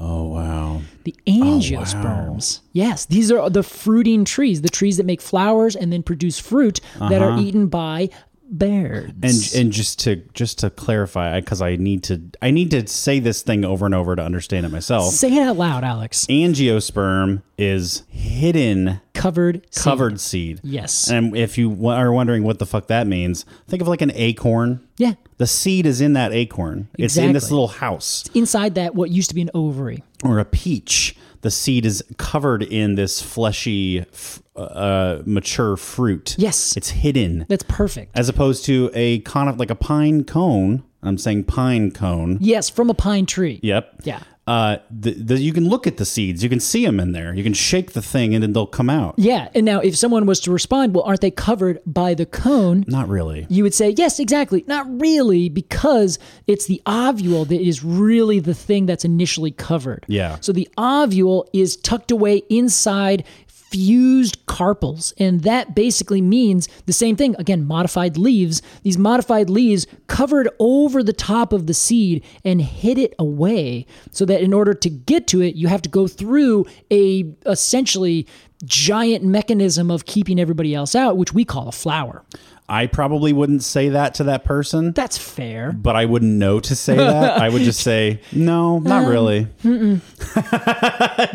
Oh wow. The angiosperms. Yes, these Uh-huh. are the fruiting trees, the trees that make flowers and then produce fruit that are eaten by birds. And and just to just to clarify, because I need to I need to say this thing over and over to understand it myself. say it out loud, Alex. Angiosperm is hidden Covered, seed. covered seed. Yes. And if you wa- are wondering what the fuck that means, think of like an acorn. yeah. The seed is in that acorn. It's in this Exactly. little house Inside that, what used to be an ovary. or a peach. The seed is covered in this fleshy, f- uh, mature fruit. Yes. it's hidden That's perfect. as opposed to a con of like a pine cone. I'm saying pine cone. yes, from a pine tree. Yep. Yeah. Uh, the, the, you can look at the seeds. You can see them in there. You can shake the thing, and then they'll come out. Yeah. And now, if someone was to respond, well, aren't they covered by the cone? Not really. You would say, yes, exactly. Not really, because it's the ovule that is really the thing that's initially covered. Yeah. So the ovule is tucked away inside fused carpels. And that basically means the same thing. Again, modified leaves. These modified leaves covered over the top of the seed and hid it away so that in order to get to it, you have to go through a essentially giant mechanism of keeping everybody else out, which we call a flower. I probably wouldn't say that to that person. That's fair. but I wouldn't know to say that. I would just [laughs] say, no, not really. [laughs] and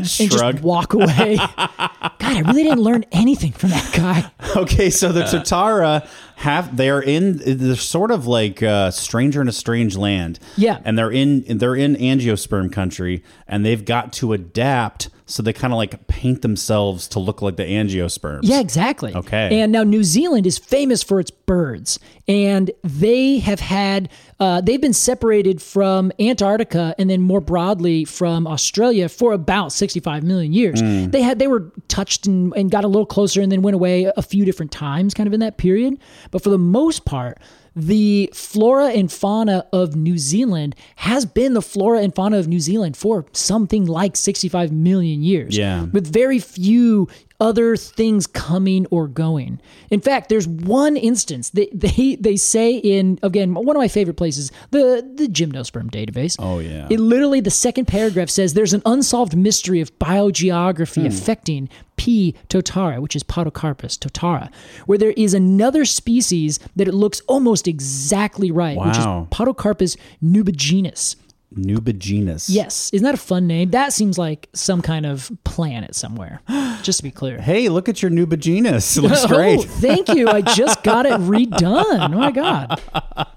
Shrug. just walk away. God, I really didn't learn anything from that guy. Okay, so the Tatara have they're in they're sort of like uh, stranger in a strange land. Yeah. and they're in they're in angiosperm country, and they've got to adapt. So they kind of like paint themselves to look like the angiosperms. Yeah, exactly. Okay. And now New Zealand is famous for its birds, and they have had uh, they've been separated from Antarctica and then more broadly from Australia for about 65 million years. Hmm. They had they were touched and, and got a little closer and then went away a few different times, kind of in that period. But for the most part. The flora and fauna of New Zealand has been the flora and fauna of New Zealand for something like 65 million years. Yeah. With very few other things coming or going. In fact, there's one instance that they they say in again one of my favorite places, the the gymnosperm database. Oh, yeah. It literally the second paragraph says there's an unsolved mystery of Hmm. biogeography affecting P. totara, which is Podocarpus totara, where there is another species that it looks almost exactly right, which is Wow. Podocarpus nubigenus. Nubigenus. Yes. Isn't that a fun name? That seems like some kind of planet somewhere, just to be clear. Hey, look at your Nubigenus. It looks [laughs] Oh, great. thank you. I just got it redone. Oh my God.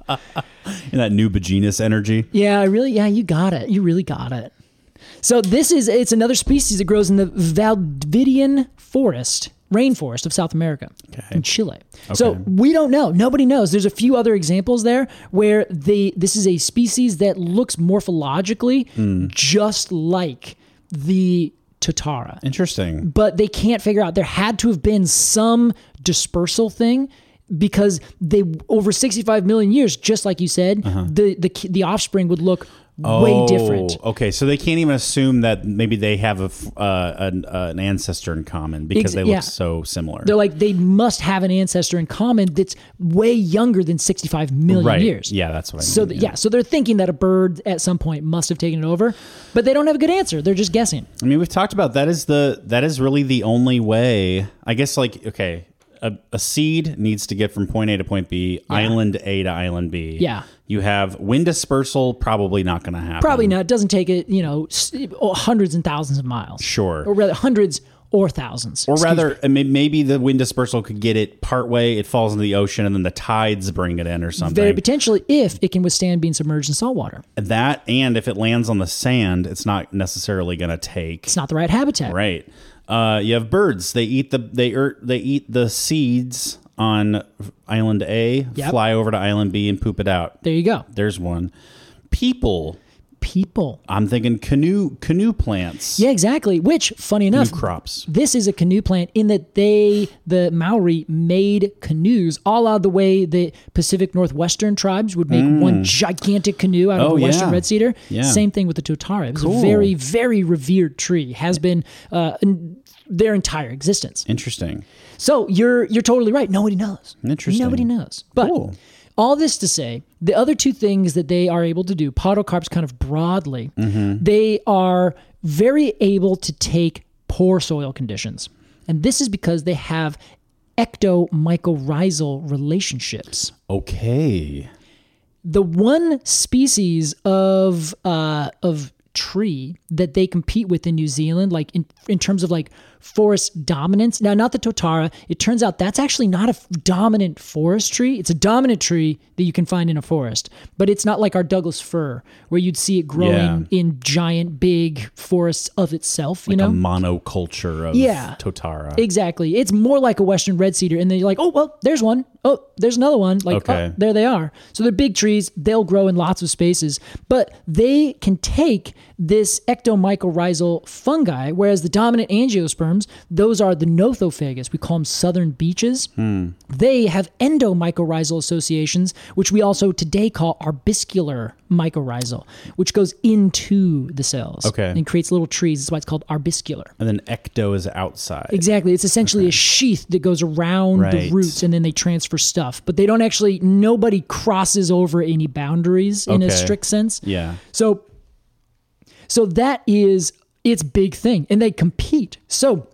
And that Nubigenus energy. Yeah, I really, yeah, you got it. You really got it. So this is, it's another species that grows in the Valdivian forest, rainforest of South America in Chile. So we don't know. Nobody knows. There's a few other examples there where they, this is a species that looks morphologically just like the Tatara. Interesting. but they can't figure out there had to have been some dispersal thing because they over 65 million years just like you said the, the ki- the offspring would look way different Uh-huh. Oh, Okay, so they can't even assume that maybe they have a f- uh, an, uh, an ancestor in common because Ex- they look yeah. so similar. they're like they must have an ancestor in common that's way younger than 65 million right. years Yeah, that's what I mean. so th- yeah so they're thinking that a bird at some point must have taken it over but they don't have a good answer they're just guessing I mean, we've talked about that is the that is really the only way. I guess like okay, a, a seed needs to get from point A to point B, island A to island B. Yeah. You have wind dispersal probably not going to happen. probably not it doesn't take it you know s- oh, hundreds and thousands of miles Sure. or rather hundreds or thousands Or rather, I mean, maybe the wind dispersal could get it partway. It falls into the ocean, and then the tides bring it in, or something. Very potentially, if it can withstand being submerged in salt water. That and if it lands on the sand, it's not necessarily going to take. It's not the right habitat. Right. Uh, you have birds. They eat the they er, they eat the seeds on island A, Yep. fly over to island B and poop it out. There you go. There's one. People. People. I'm thinking canoe canoe plants. Yeah, exactly. Which, funny New enough, crops. this is a canoe plant in that they, the Maori, made canoes all out of the way the Pacific Northwestern tribes would make one gigantic canoe out of Mm. Oh, the Western yeah. Red Cedar. Yeah. Same thing with the Totara. It was Cool. a very, very revered tree. Has been uh, in their entire existence. Interesting. So you're you're totally right. Nobody knows. Interesting. Nobody knows. But Cool. all this to say, the other two things that they are able to do, podocarps kind of broadly, Mm-hmm. they are very able to take poor soil conditions. And this is because they have ectomycorrhizal relationships. Okay. The one species of uh, of tree that they compete with in New Zealand, like in, in terms of like forest dominance. Now, not the totara. It turns out that's actually not a f- dominant forest tree. It's a dominant tree that you can find in a forest, but it's not like our Douglas fir, where you'd see it growing Yeah. in giant, big forests of itself. you Like know, a monoculture of Yeah. Totara. Exactly. It's more like a Western red cedar. And then you're like, oh, well, there's one. Oh, there's another one. Like, Okay. oh, there they are. So they're big trees. They'll grow in lots of spaces, but they can take this ectomycorrhizal fungi, whereas the dominant angiosperms, those are the nothophagus. We call them southern beaches. Hmm. They have endomycorrhizal associations, which we also today call arbuscular mycorrhizal, which goes into the cells Okay. and creates little trees. That's why it's called arbuscular. and then ecto is outside. Exactly. It's essentially a sheath that goes around the Right. roots and then they transfer stuff. But they don't actually, nobody crosses over any boundaries in a Okay. strict sense. Yeah. So, so that is its big thing, and they compete. So,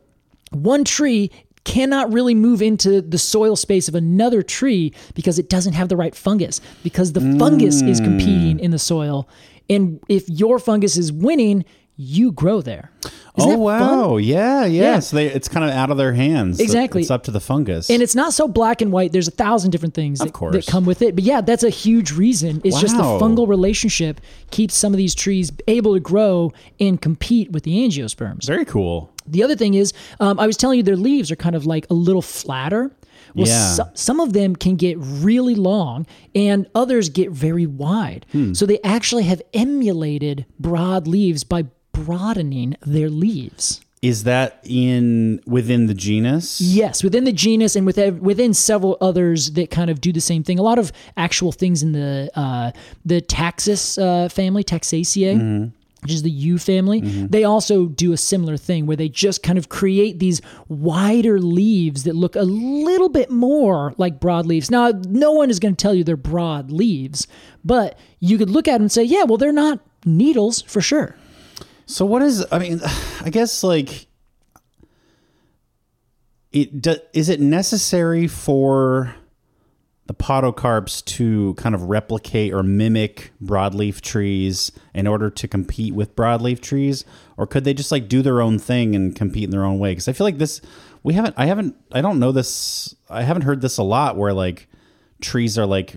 one tree cannot really move into the soil space of another tree because it doesn't have the right fungus. Because the fungus Mm. is competing in the soil, and if your fungus is winning, you grow there. Isn't oh that wow. fun? Yeah, yeah. Yeah. So they, it's kind of out of their hands. Exactly. It's up to the fungus. And it's not so black and white. There's a thousand different things that, course. that come with it. But yeah, that's a huge reason. It's just the Wow. fungal relationship keeps some of these trees able to grow and compete with the angiosperms. very cool. The other thing is, um, I was telling you their leaves are kind of like a little flatter. Well, Yeah. so- some of them can get really long and others get very wide. Hmm. So they actually have emulated broad leaves by broadening their leaves. Is that in within the genus? Yes, within the genus and with ev- within several others that kind of do the same thing. A lot of actual things in the uh, the Taxus uh, family, Taxaceae. Which is the yew family. They also do a similar thing where they just kind of create these wider leaves that look a little bit more like broad leaves. Now, no one is going to tell you they're broad leaves, but you could look at them and say, yeah, well, they're not needles for sure. So what is? I mean, [sighs] I guess like it do, is it necessary for the podocarps to kind of replicate or mimic broadleaf trees in order to compete with broadleaf trees, or could they just like do their own thing and compete in their own way? Because I feel like this, we haven't, I haven't, I don't know this, I haven't heard this a lot where like trees are like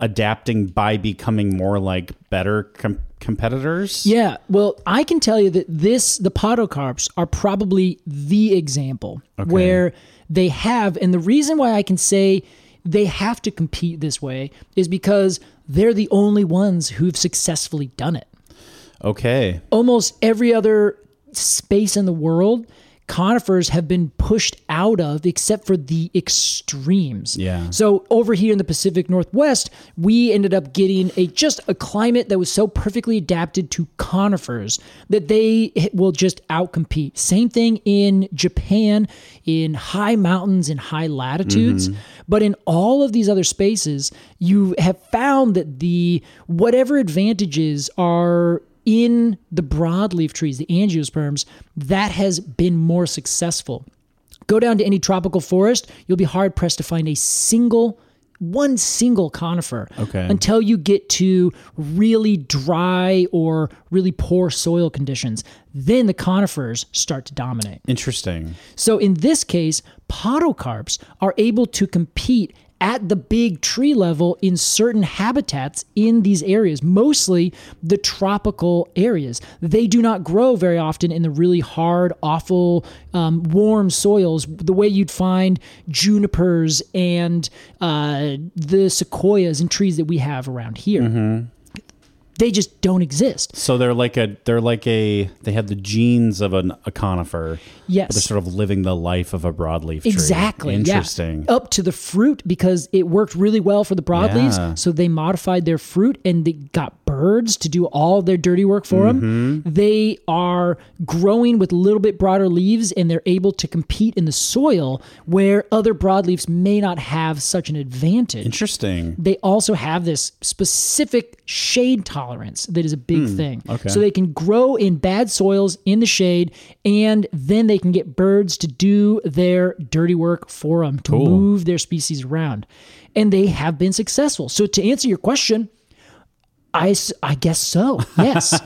adapting by becoming more like better com- competitors. Yeah, well, I can tell you that this the podocarps are probably the example where they have and the reason why I can say they have to compete this way is because they're the only ones who've successfully done it. Okay. Almost every other space in the world conifers have been pushed out of except for the extremes. Yeah. So over here in the Pacific Northwest, we ended up getting a just a climate that was so perfectly adapted to conifers that they will just outcompete. Same thing in Japan, in high mountains and high latitudes, but in all of these other spaces, you have found that the whatever advantages are in the broadleaf trees, the angiosperms, that has been more successful go down to any tropical forest, you'll be hard pressed to find a single one single conifer Okay. until you get to really dry or really poor soil conditions then the conifers start to dominate Interesting. so in this case, podocarps are able to compete at the big tree level in certain habitats in these areas, mostly the tropical areas. They do not grow very often in the really hard, awful, um, warm soils, the way you'd find junipers and uh, the sequoias and trees that we have around here. They just don't exist. So they're like a they're like a they have the genes of an, a conifer. Yes. But they're sort of living the life of a broadleaf tree. Exactly. yeah. Oh. Interesting. Up to the fruit because it worked really well for the broadleaves. Yeah. So they modified their fruit and they got birds to do all their dirty work for them. Mm-hmm. They are growing with a little bit broader leaves and they're able to compete in the soil where other broadleafs may not have such an advantage Interesting. they also have this specific shade tolerance that is a big thing. Okay. So they can grow in bad soils in the shade, and then they can get birds to do their dirty work for them to move their species around. And they have been successful. So to answer your question, I, s- I guess so. Yes,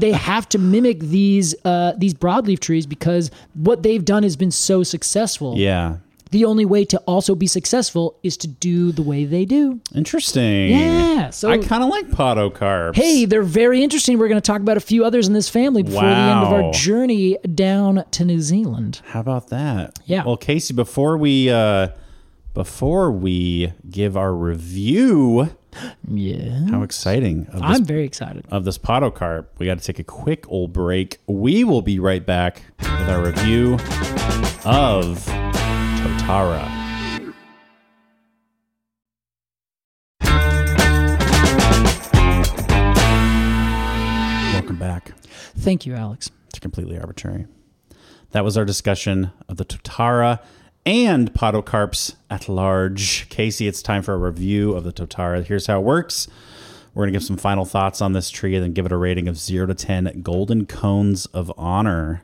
they have to mimic these uh, these broadleaf trees because what they've done has been so successful. Yeah. The only way to also be successful is to do the way they do. Interesting. Yeah, so- I kind of like podocarps. Hey, they're very interesting. We're going to talk about a few others in this family before the end of Wow. our journey down to New Zealand. How about that? Yeah. Well, Casey, before we uh before we give our review, Yeah. how exciting of this, Mm. I'm very excited. of this podocarp, we got to take a quick old break. We will be right back with our review of Totara. Welcome back. Thank you, Alex. It's completely arbitrary. That was our discussion of the Totara and Podocarps at large. Casey, it's time for a review of the Totara. Here's how it works. We're going to give some final thoughts on this tree and then give it a rating of 0 to 10 golden cones of honor.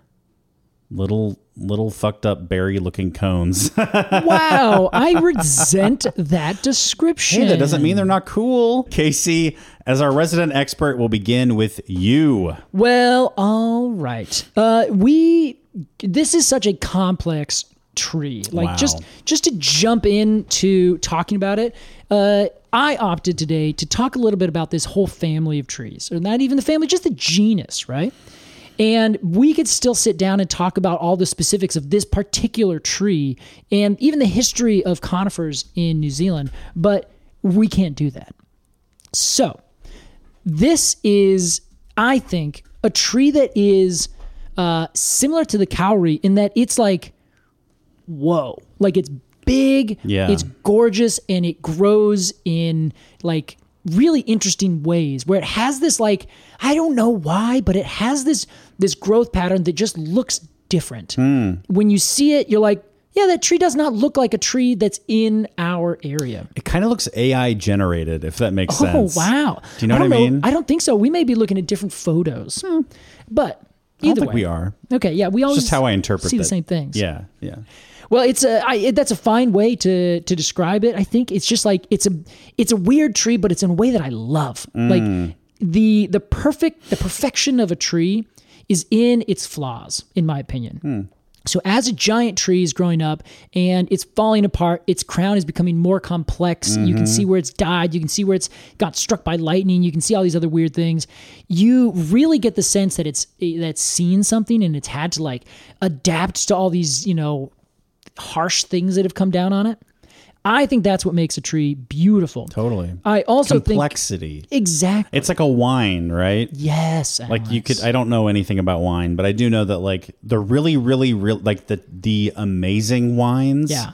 Little little fucked up berry looking cones. [laughs] hey, Wow, I resent that description. that doesn't mean they're not cool. Casey, as our resident expert, will begin with you. Well, all right. Uh, we this is such a complex tree. Like Wow. just just to jump into talking about it. Uh, I opted today to talk a little bit about this whole family of trees, or not even the family, just the genus, right? And we could still sit down and talk about all the specifics of this particular tree and even the history of conifers in New Zealand, but we can't do that. So, this is, I think, a tree that is uh, similar to the cowrie in that it's like, whoa, like it's big, Yeah. it's gorgeous, and it grows in like really interesting ways where it has this like I don't know why, but it has this this growth pattern that just looks different. When you see it, you're like, yeah, that tree does not look like a tree that's in our area. It kind of looks AI generated, if that makes sense. Oh wow! Do you know I don't what I mean? Hmm. I don't think so. We may be looking at different photos, but either I don't think way, we are. Okay, yeah, we always It's just how I interpret see the that. same things. Yeah, yeah. Well, it's a I, it, that's a fine way to to describe it. I think it's just like it's a it's a weird tree, but it's in a way that I love. Hmm. Like the the perfect the perfection of a tree is in its flaws, in my opinion. Hmm. So as a giant tree is growing up and it's falling apart, its crown is becoming more complex. You can Mm-hmm. see where it's died, you can see where it's got struck by lightning, you can see all these other weird things. You really get the sense that it's that's seen something and it's had to like adapt to all these, you know, harsh things that have come down on it. I think that's what makes a tree beautiful. Totally. I also Complexity. think exactly. It's like a wine, right? yes, Like you Alex. could I don't know anything about wine, but I do know that like the really really real like the the amazing wines. Yeah.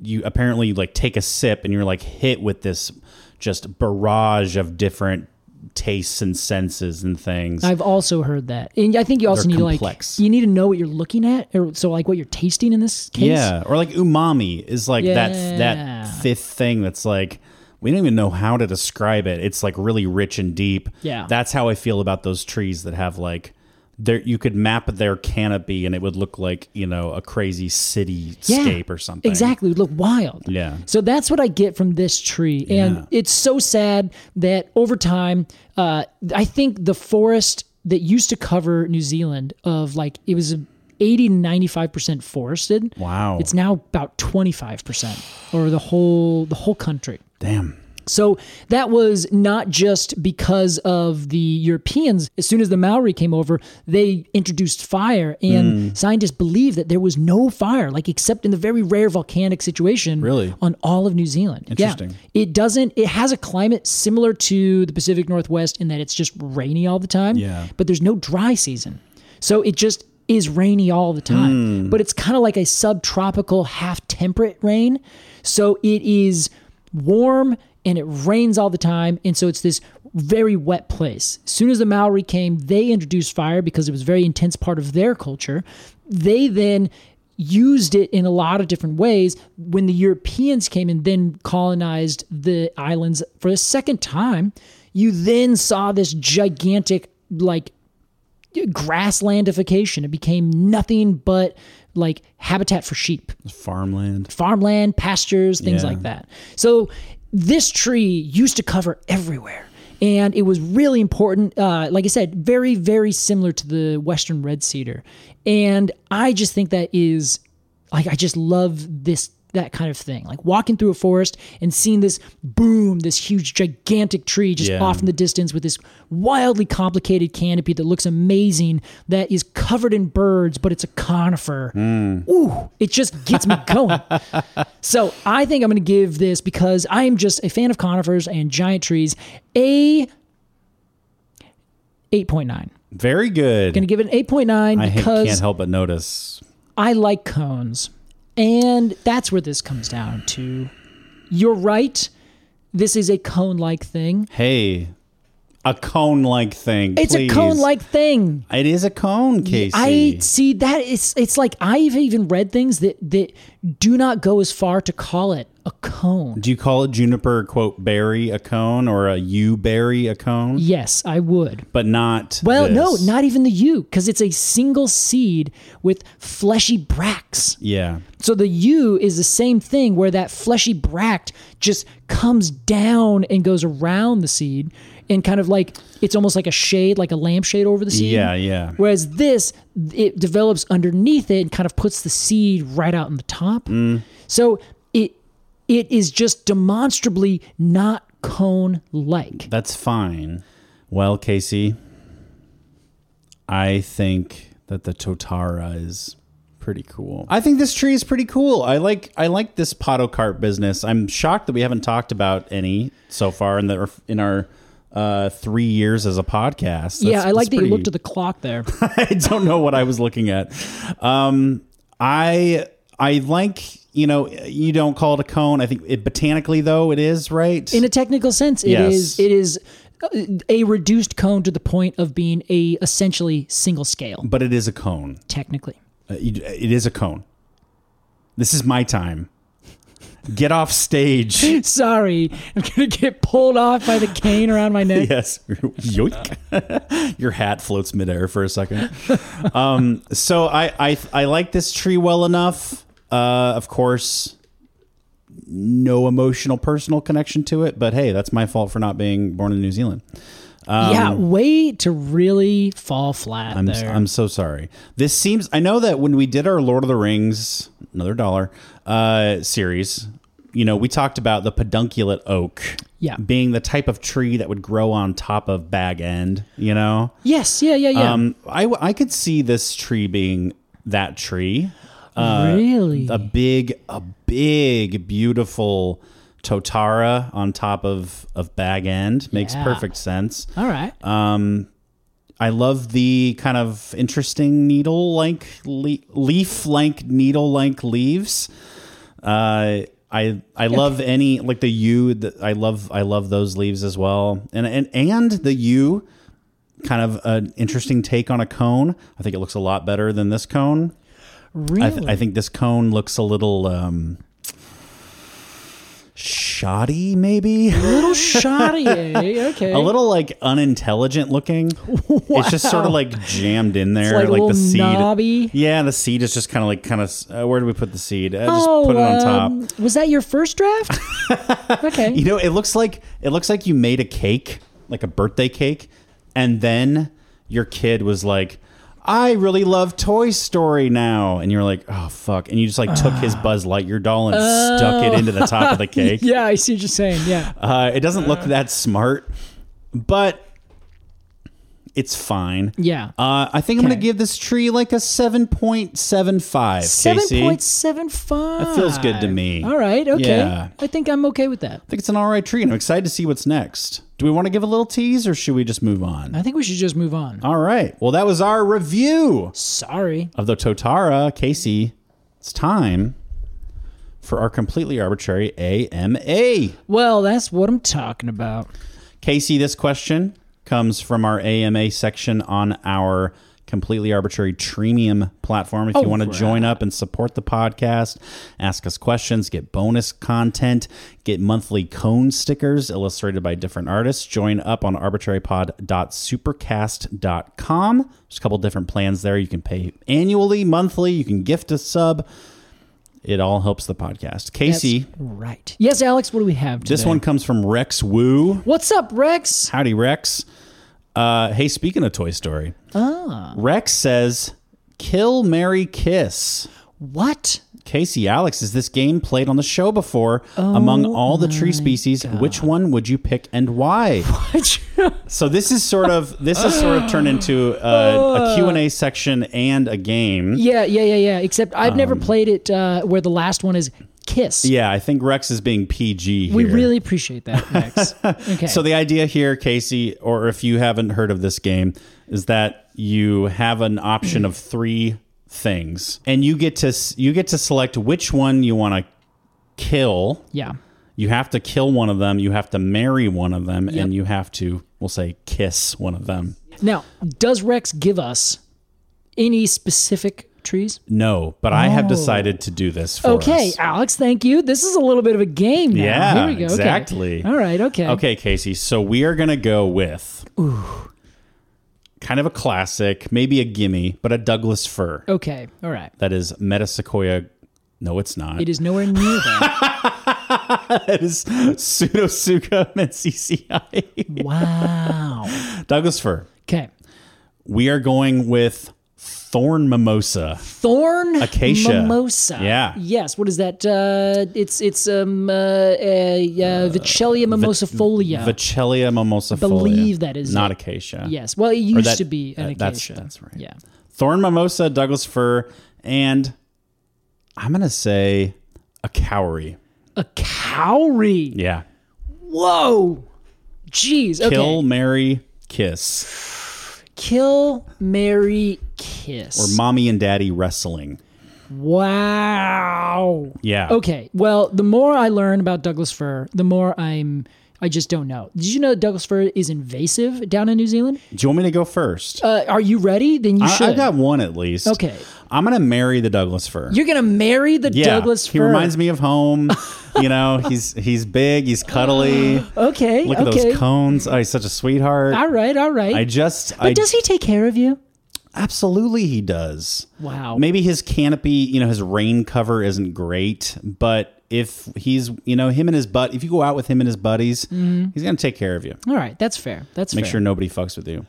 You apparently like take a sip and you're like hit with this just barrage of different tastes and senses and things. I've also heard that, and I think you also They're need complex. to like you need to know what you're looking at, or so like what you're tasting in this case. yeah, or like umami is like that Yeah. that fifth thing that's like we don't even know how to describe it. It's like really rich and deep. Yeah. that's how I feel about those trees that have like there you could map their canopy and it would look like you know a crazy cityscape or something. Exactly, it would look wild. Yeah. So that's what I get from this tree, and it's so sad that over time, uh, I think the forest that used to cover New Zealand of like it was. 80 to 95% forested. Wow. It's now about 25% over the whole the whole country. Damn. So that was not just because of the Europeans. As soon as the Maori came over, they introduced fire, Hmm. and scientists believe that there was no fire, like except in the very rare volcanic situation, Really? on all of New Zealand. Yeah. Interesting. It doesn't. It has a climate similar to the Pacific Northwest in that it's just rainy all the time. Yeah. But there's no dry season, so it just is rainy all the Hmm. time. But it's kind of like a subtropical, half temperate rain, so it is warm and it rains all the time. And so it's this very wet place. As soon as the Maori came, they introduced fire because it was a very intense part of their culture. They then used it in a lot of different ways when the Europeans came and then colonized the islands for the second time. You then saw this gigantic, like, grasslandification. It became nothing but like habitat for sheep farmland. farmland, pastures, things Yeah. like that. So this tree used to cover everywhere. And it was really important. Uh, like I said, very, very similar to the Western red cedar. And I just think that is like, I just love this, that kind of thing. Like walking through a forest and seeing this boom, this huge, gigantic tree just Yeah. off in the distance with this wildly complicated canopy that looks amazing, that is covered in birds, but it's a conifer Hmm. ooh, it just gets me [laughs] going. so I think I'm going to give this because I am just a fan of conifers and giant trees. A 8.9. Going Very good. to give it an 8.9 I ha- can't because help but notice. I like cones. And that's where this comes down to. You're right. This is a cone like thing. Hey, a cone-like thing. It's please. a cone like thing. It is a cone, Casey. I see that it's it's like I've even read things that that do not go as far to call it a cone. Do you call it juniper quote berry a cone or a you berry a cone? Yes, I would. But not Well, no, this. not even the U, because it's a single seed with fleshy bracts. yeah. So the U is the same thing where that fleshy bract just comes down and goes around the seed and kind of like it's almost like a shade, like a lampshade over the seed. Yeah, yeah. Whereas this, it develops underneath it and kind of puts the seed right out in the top. Mm. So it it is just demonstrably not cone like. That's fine. Well, Casey, I think that the Totara is pretty cool. I think this tree is pretty cool. I like I like this potocarp business. I'm shocked that we haven't talked about any so far in the in our uh, three years as a podcast. That's- Yeah, I like that's that you pretty- looked at the clock there. [laughs] I don't know what I was looking at. Um, I I like you know you don't call it a cone. I think it, botanically though it is right. in a technical sense it Yes. is it is uh, a reduced cone to the point of being a essentially single scale but it is a cone. technically [laughs] Uh, you- It is a cone. This is my time. Get off stage. sorry i'm gonna get pulled off by the cane around my [laughs] neck yes. Yoink. Your hat floats midair for a second. Um, so I, I I like this tree well enough. Uh, of course, no emotional personal connection to it, but hey, that's my fault for not being born in New Zealand. yeah way to really fall flat Um, I'm, there I'm so sorry. This seems. I know that when we did our Lord of the Rings, another dollar uh, series, you know, we talked about the pedunculate oak, Yeah. being the type of tree that would grow on top of Bag End. You know, yes yeah yeah yeah um, I w- I could see this tree being that tree, uh, really a big, a big, beautiful totara on top of of Bag End makes Yeah. perfect sense. all right Uh, I love the kind of interesting needle like le- leaf like needle like leaves. Uh, I I love any like the yew. The, I love I love those leaves as well, and and and the yew, kind of an interesting take on a cone. I think it looks a lot better than this cone. really I, th- I think this cone looks a little um, shoddy, maybe. a little [laughs] shoddy eh? okay a little like unintelligent [laughs] looking. It's just sort of like jammed in there, like a like, little the seed. knobby. Yeah, the seed is just kind of like kind of. Uh, where do we put the seed? Uh, just oh put it on top. um, was that your [laughs] first draft okay You know, it looks like it looks like you made a cake, like a birthday cake, and then your kid was like, "I really love Toy Story now," and you're like, "Oh fuck!" And you just like took [sighs] his Buzz Lightyear doll and stuck it into the top [laughs] of the cake. Oh. yeah i see what you're saying yeah Uh, it doesn't look that smart, but it's fine. yeah Uh, I think I'm going Okay. to give this tree like a 7.75. Casey. 7.75. That feels good to me. All right. Okay. Yeah. I think I'm okay with that. I think it's an all right tree, and I'm excited to see what's next. Do we want to give a little tease or should we just move on? I think we should just move on. All right. Well, that was our review Sorry. of the Totara. Casey, it's time for our completely arbitrary AMA. Well, that's what I'm talking about. Casey, this question comes from our AMA section on our completely arbitrary Tremium platform. If you want to join up and support the podcast, ask us questions, get bonus content, get monthly cone stickers illustrated by different artists, join up on arbitrarypod.supercast.com. There's a couple different plans there. You can pay annually, monthly, you can gift a sub. It all helps the podcast. Casey, Right. Yes, Alex, what do we have today? this one comes from Rex Wu. What's up, Rex? Howdy, Rex. Uh, hey, speaking of Toy Story, Ah. Rex says, "Kill, Mary, kiss." What? Casey Alex, is this game played on the show before? Among Oh all the tree species, which one would you pick and [laughs] why? so this is sort of this is sort of turned into a, Oh. a Q and A section and a game. yeah, yeah, yeah, yeah. Except I've never played it uh, where the last one is kiss. Um, Yeah, I think Rex is being PG. Here. We really appreciate that, Rex. Okay. [laughs] So the idea here, Casey, or if you haven't heard of this game, is that you have an option of three things, and you get to s- you get to select which one you want to kill. yeah. You have to kill one of them. You have to marry one of them, Yep. and you have to, we'll say, kiss one of them. Now, does Rex give us any specific trees? No, but I have decided to do this for Oh. okay, us. Alex, thank you. This is a little bit of a game now. Yeah, Here we go. Okay. exactly. All right, okay. Okay, Casey. So we are gonna go with kind of a classic, maybe a gimme, but a Douglas fir. Okay, all right. That is Metasequoia. No, it's not. It is nowhere near that. [laughs] it is Pseudosuga [laughs] mencisii. wow. Douglas fir. Okay. We are going with thorn mimosa. Thorn Acacia. mimosa. Yeah. Yes. What is that? Uh, it's it's um uh, uh, uh, Vicellia mimosifolia. Vicellia mimosa. Believe that is not it. acacia. yes. Well, it used that- to be an uh, that's- acacia. that's right. Yeah. Thorn mimosa, Douglas fir, and I'm gonna say a cowrie. A cowrie. Yeah. Whoa. Jeez. Okay. Kill, marry, kiss, Kill, Mary kiss. or mommy and daddy wrestling. wow. Yeah. Okay. Well, the more I learn about Douglas fir, the more I'm. I just don't know. Did you know that Douglas fir is invasive down in New Zealand? Do you want me to go first? Uh, are you ready? Then you I, should. I got one at least. Okay. I'm gonna marry the Douglas fir. You're gonna marry the yeah, Douglas fir. he reminds me of [laughs] home. you know, he's he's big, he's cuddly. Okay. Look at okay. those cones. Oh, he's such a sweetheart. All right. All right. I just, but I does he take care of you? absolutely he does. Wow. Maybe his canopy, you know, his rain cover isn't great, but if he's, you know, him and his butt, if you go out with him and his buddies, he's gonna take care of you. All right. Mm-hmm. That's fair. That's Make fair. sure nobody fucks with you.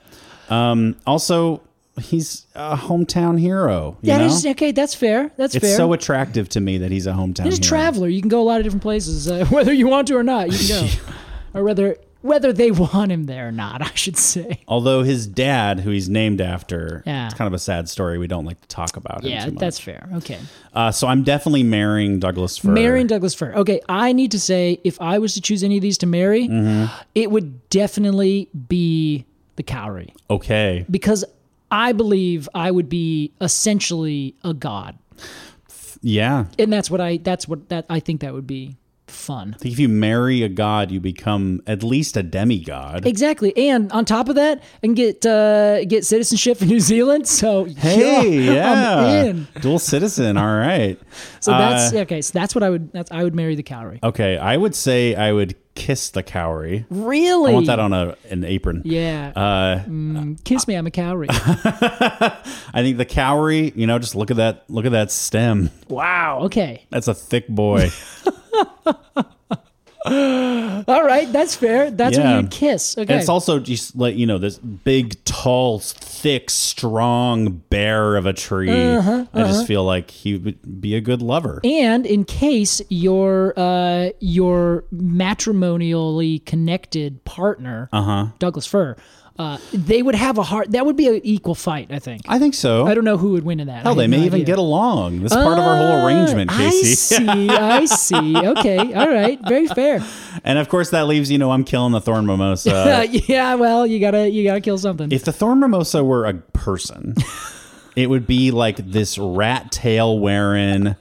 Um, also, he's a hometown hero. You That know? is okay. That's fair. That's it's fair. so attractive to me that he's a hometown. He's a hero. traveler. You can go a lot of different places, uh, [laughs] whether you want to or not. You can [laughs] go, or whether whether they [laughs] want him there or not. I should say. Although his dad, who he's named after, Yeah. it's kind of a sad story. We don't like to talk about him Yeah, too much. that's fair. Okay. uh, so I'm definitely marrying Douglas Fir. Marrying Douglas fir. Okay, I need to say if I was to choose any of these to marry, Mm-hmm. it would definitely be the cowrie okay, because I believe I would be essentially a god, yeah. and that's what I that's what that I think that would be fun. I think if you marry a god, you become at least a demigod. Exactly, and on top of that, and get uh, get citizenship in New Zealand. So Hey, yeah, yeah, I'm in. dual citizen. All right. So that's Uh, okay. So that's what I would. That's I would marry the cowrie. okay. I would say I would kiss the cowrie. Really? I want that on a an apron. Yeah. Mm, Uh, Kiss me. I'm [laughs] a cowrie. I think the cowrie. You know, just look at that. Look at that stem. wow. Okay. That's a thick [laughs] boy. All right. That's fair. That's Yeah. what you'd kiss. Okay. And it's also just like you know this big, tall, thick, strong bear of a tree. I just feel like he would be a good lover. Uh-huh, and in case your uh, your matrimonially connected partner, uh-huh. Douglas Fir, uh, they would have a heart. That would be an equal fight. I think. I think so. I don't know who would win in that. Hell, they may even get along. This is part of our Oh, whole arrangement, Casey. I Ah, see. I see. Okay. All right. Very fair. [laughs] and of course, that leaves you know I'm killing the thorn mimosa. [laughs] Uh, yeah. Well, you gotta you gotta kill something. if the thorn mimosa were a person, it would be like this rat tail wearing.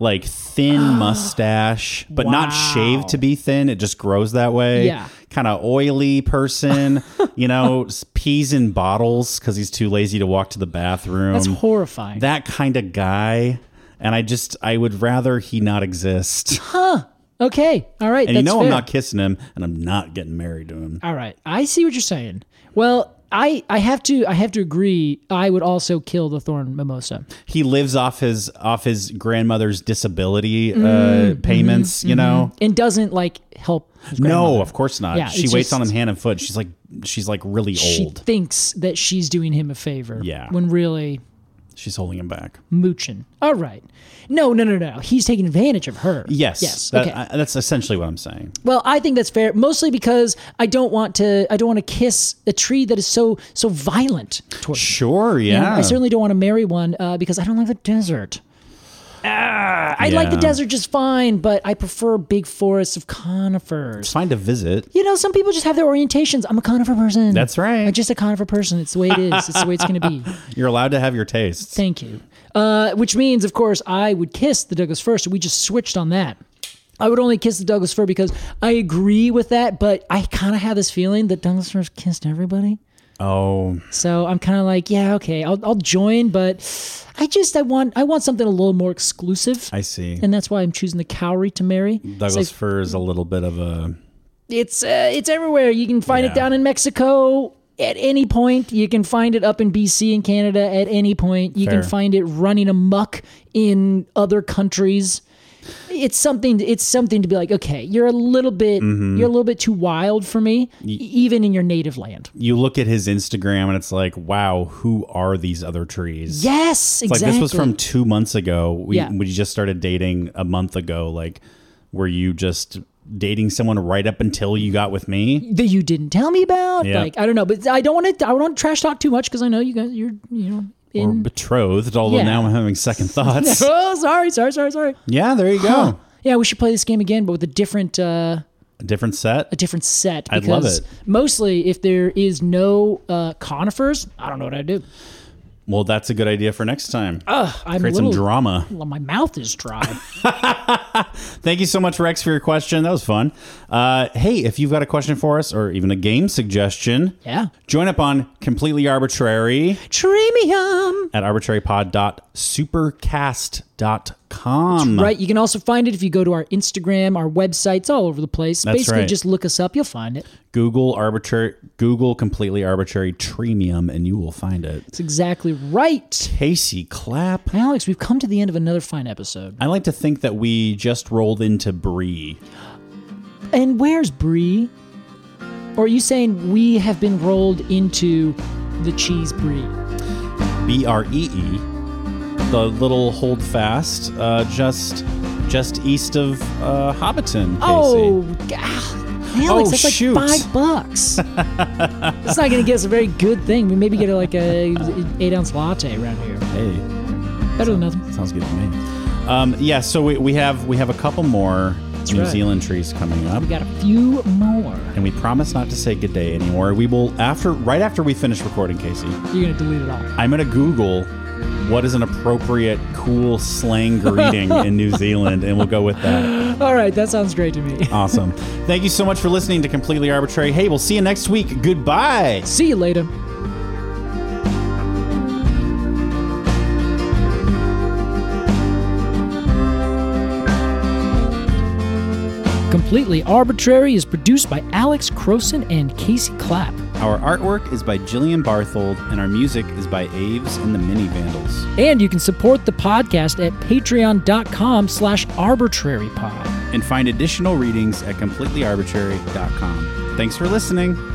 like [gasps] thin mustache, but not shaved to be thin. It just grows that way. Yeah. Kind of oily person, you [laughs] know, s- pees in bottles because he's too lazy to walk to the bathroom. That's horrifying. um, that kind of guy. And I just, I would rather he not [laughs] exist. okay. All right. And that's you know, I'm fair. not kissing him and I'm not getting married to him. All right. I see what you're saying. Well, I I have to I have to agree. I would also kill the thorn mimosa. He lives off his, off his grandmother's disability Mm-hmm. uh, payments, you know? and doesn't like help. His No, Mm-hmm. grandmother. of course not. Yeah, she it's waits on him just- hand and foot. She's like, she's like really she old. thinks that she's doing him a favor. Yeah. when really She's holding him back. mooching. All right, no, no, no, no. He's taking advantage of her. Yes. yes. That- okay. I- that's essentially what I'm saying. well, I think that's fair, mostly because I don't want to. I don't want to kiss a tree that is so so violent towards. me. Sure. You Yeah. know, I certainly don't want to marry one uh, because I don't like the desert. Ah, I like the Yeah. desert just fine, but I prefer big forests of conifers. It's fine to visit. You know, some people just have their orientations. I'm a conifer person. That's right. I'm just a conifer person. It's the way it is. It's the way it's going [laughs] to be. You're allowed to have your tastes. Thank you. Uh, which means, of course, I would kiss the Douglas fir. So we just switched on that. I would only kiss the Douglas fir because I agree with that, but I kind of have this feeling that Douglas fir's kissed everybody. Oh, So I'm kind of like, yeah, okay, I'll, I'll join, but I just I want I want something a little more exclusive, I see. and that's why I'm choosing the cowrie to marry. Douglas fir is a little bit of a. It's uh, it's everywhere. You can find it Yeah. down in Mexico at any point. You can find it up in BC in Canada at any point. You can Fair. find it running amok in other countries. It's something. It's something to be like. Okay, you're a little bit. Mm-hmm. You're a little bit too wild for me, e- even in your native land. You look at his Instagram and it's like, wow, who are these other trees? Yes, It's like exactly. this was from two months ago. We Yeah. we just started dating a month ago. Like, were you just dating someone right up until you got with me? that you didn't tell me about. Yeah. Like I don't know, but I don't want to. I don't want to trash talk too much because I know you guys. You're you know Or in. betrothed? Although Yeah. now I'm having [laughs] second thoughts. Oh, sorry, sorry, sorry, sorry. yeah, there you go. Yeah, we should play this game again, but with a different uh, A different set. a different set. I'd love because it. Mostly, if there is no uh, conifers, I don't know what I do. Well, that's a good idea for next time. I'm Create a little, some drama. Well, my mouth is dry. [laughs] Thank you so much, Rex, for your question. That was fun. Uh, hey, if you've got a question for us or even a game suggestion, yeah. join up on Completely Arbitrary Tremium. at arbitrarypod.supercast.com. Right. You can also find it if you go to our Instagram, our websites, all over the place. That's Basically, right. just look us up. You'll find it. Google arbitrary, Google Completely Arbitrary Tremium, and you will find it. It's exactly right. Casey Clapp. Alex, we've come to the end of another fine episode. I like to think that we just rolled into Bree. And where's Brie? Or are you saying we have been rolled into the cheese brie? B R E E, the little holdfast, uh, just just east of uh, Hobbiton. Casey. Oh, g- ah, Alex, Oh, that's like shoot. [laughs] five bucks. it's not going to get us a very good thing. We maybe get like a eight ounce latte around here. hey, Better than nothing. sounds good to me. Um, yeah, so we, we have we have a couple more New right. Zealand trees coming up, We got a few more. and we promise not to say good day anymore. We will after right after we finish recording, Casey. You're going to delete it all. I'm gonna Google what is an appropriate cool slang greeting in New Zealand, and we'll go with that. All right, that sounds great to me. Awesome. Thank you so much for listening to Completely Arbitrary. Hey, we'll see you next week. Goodbye. See you later. Completely Arbitrary is produced by Alex Croson and Casey Clapp. Our artwork is by Jillian Barthold, and our music is by Aves and the Mini Vandals. And you can support the podcast at patreon.com slash arbitrarypod. And find additional readings at completelyarbitrary.com. Thanks for listening.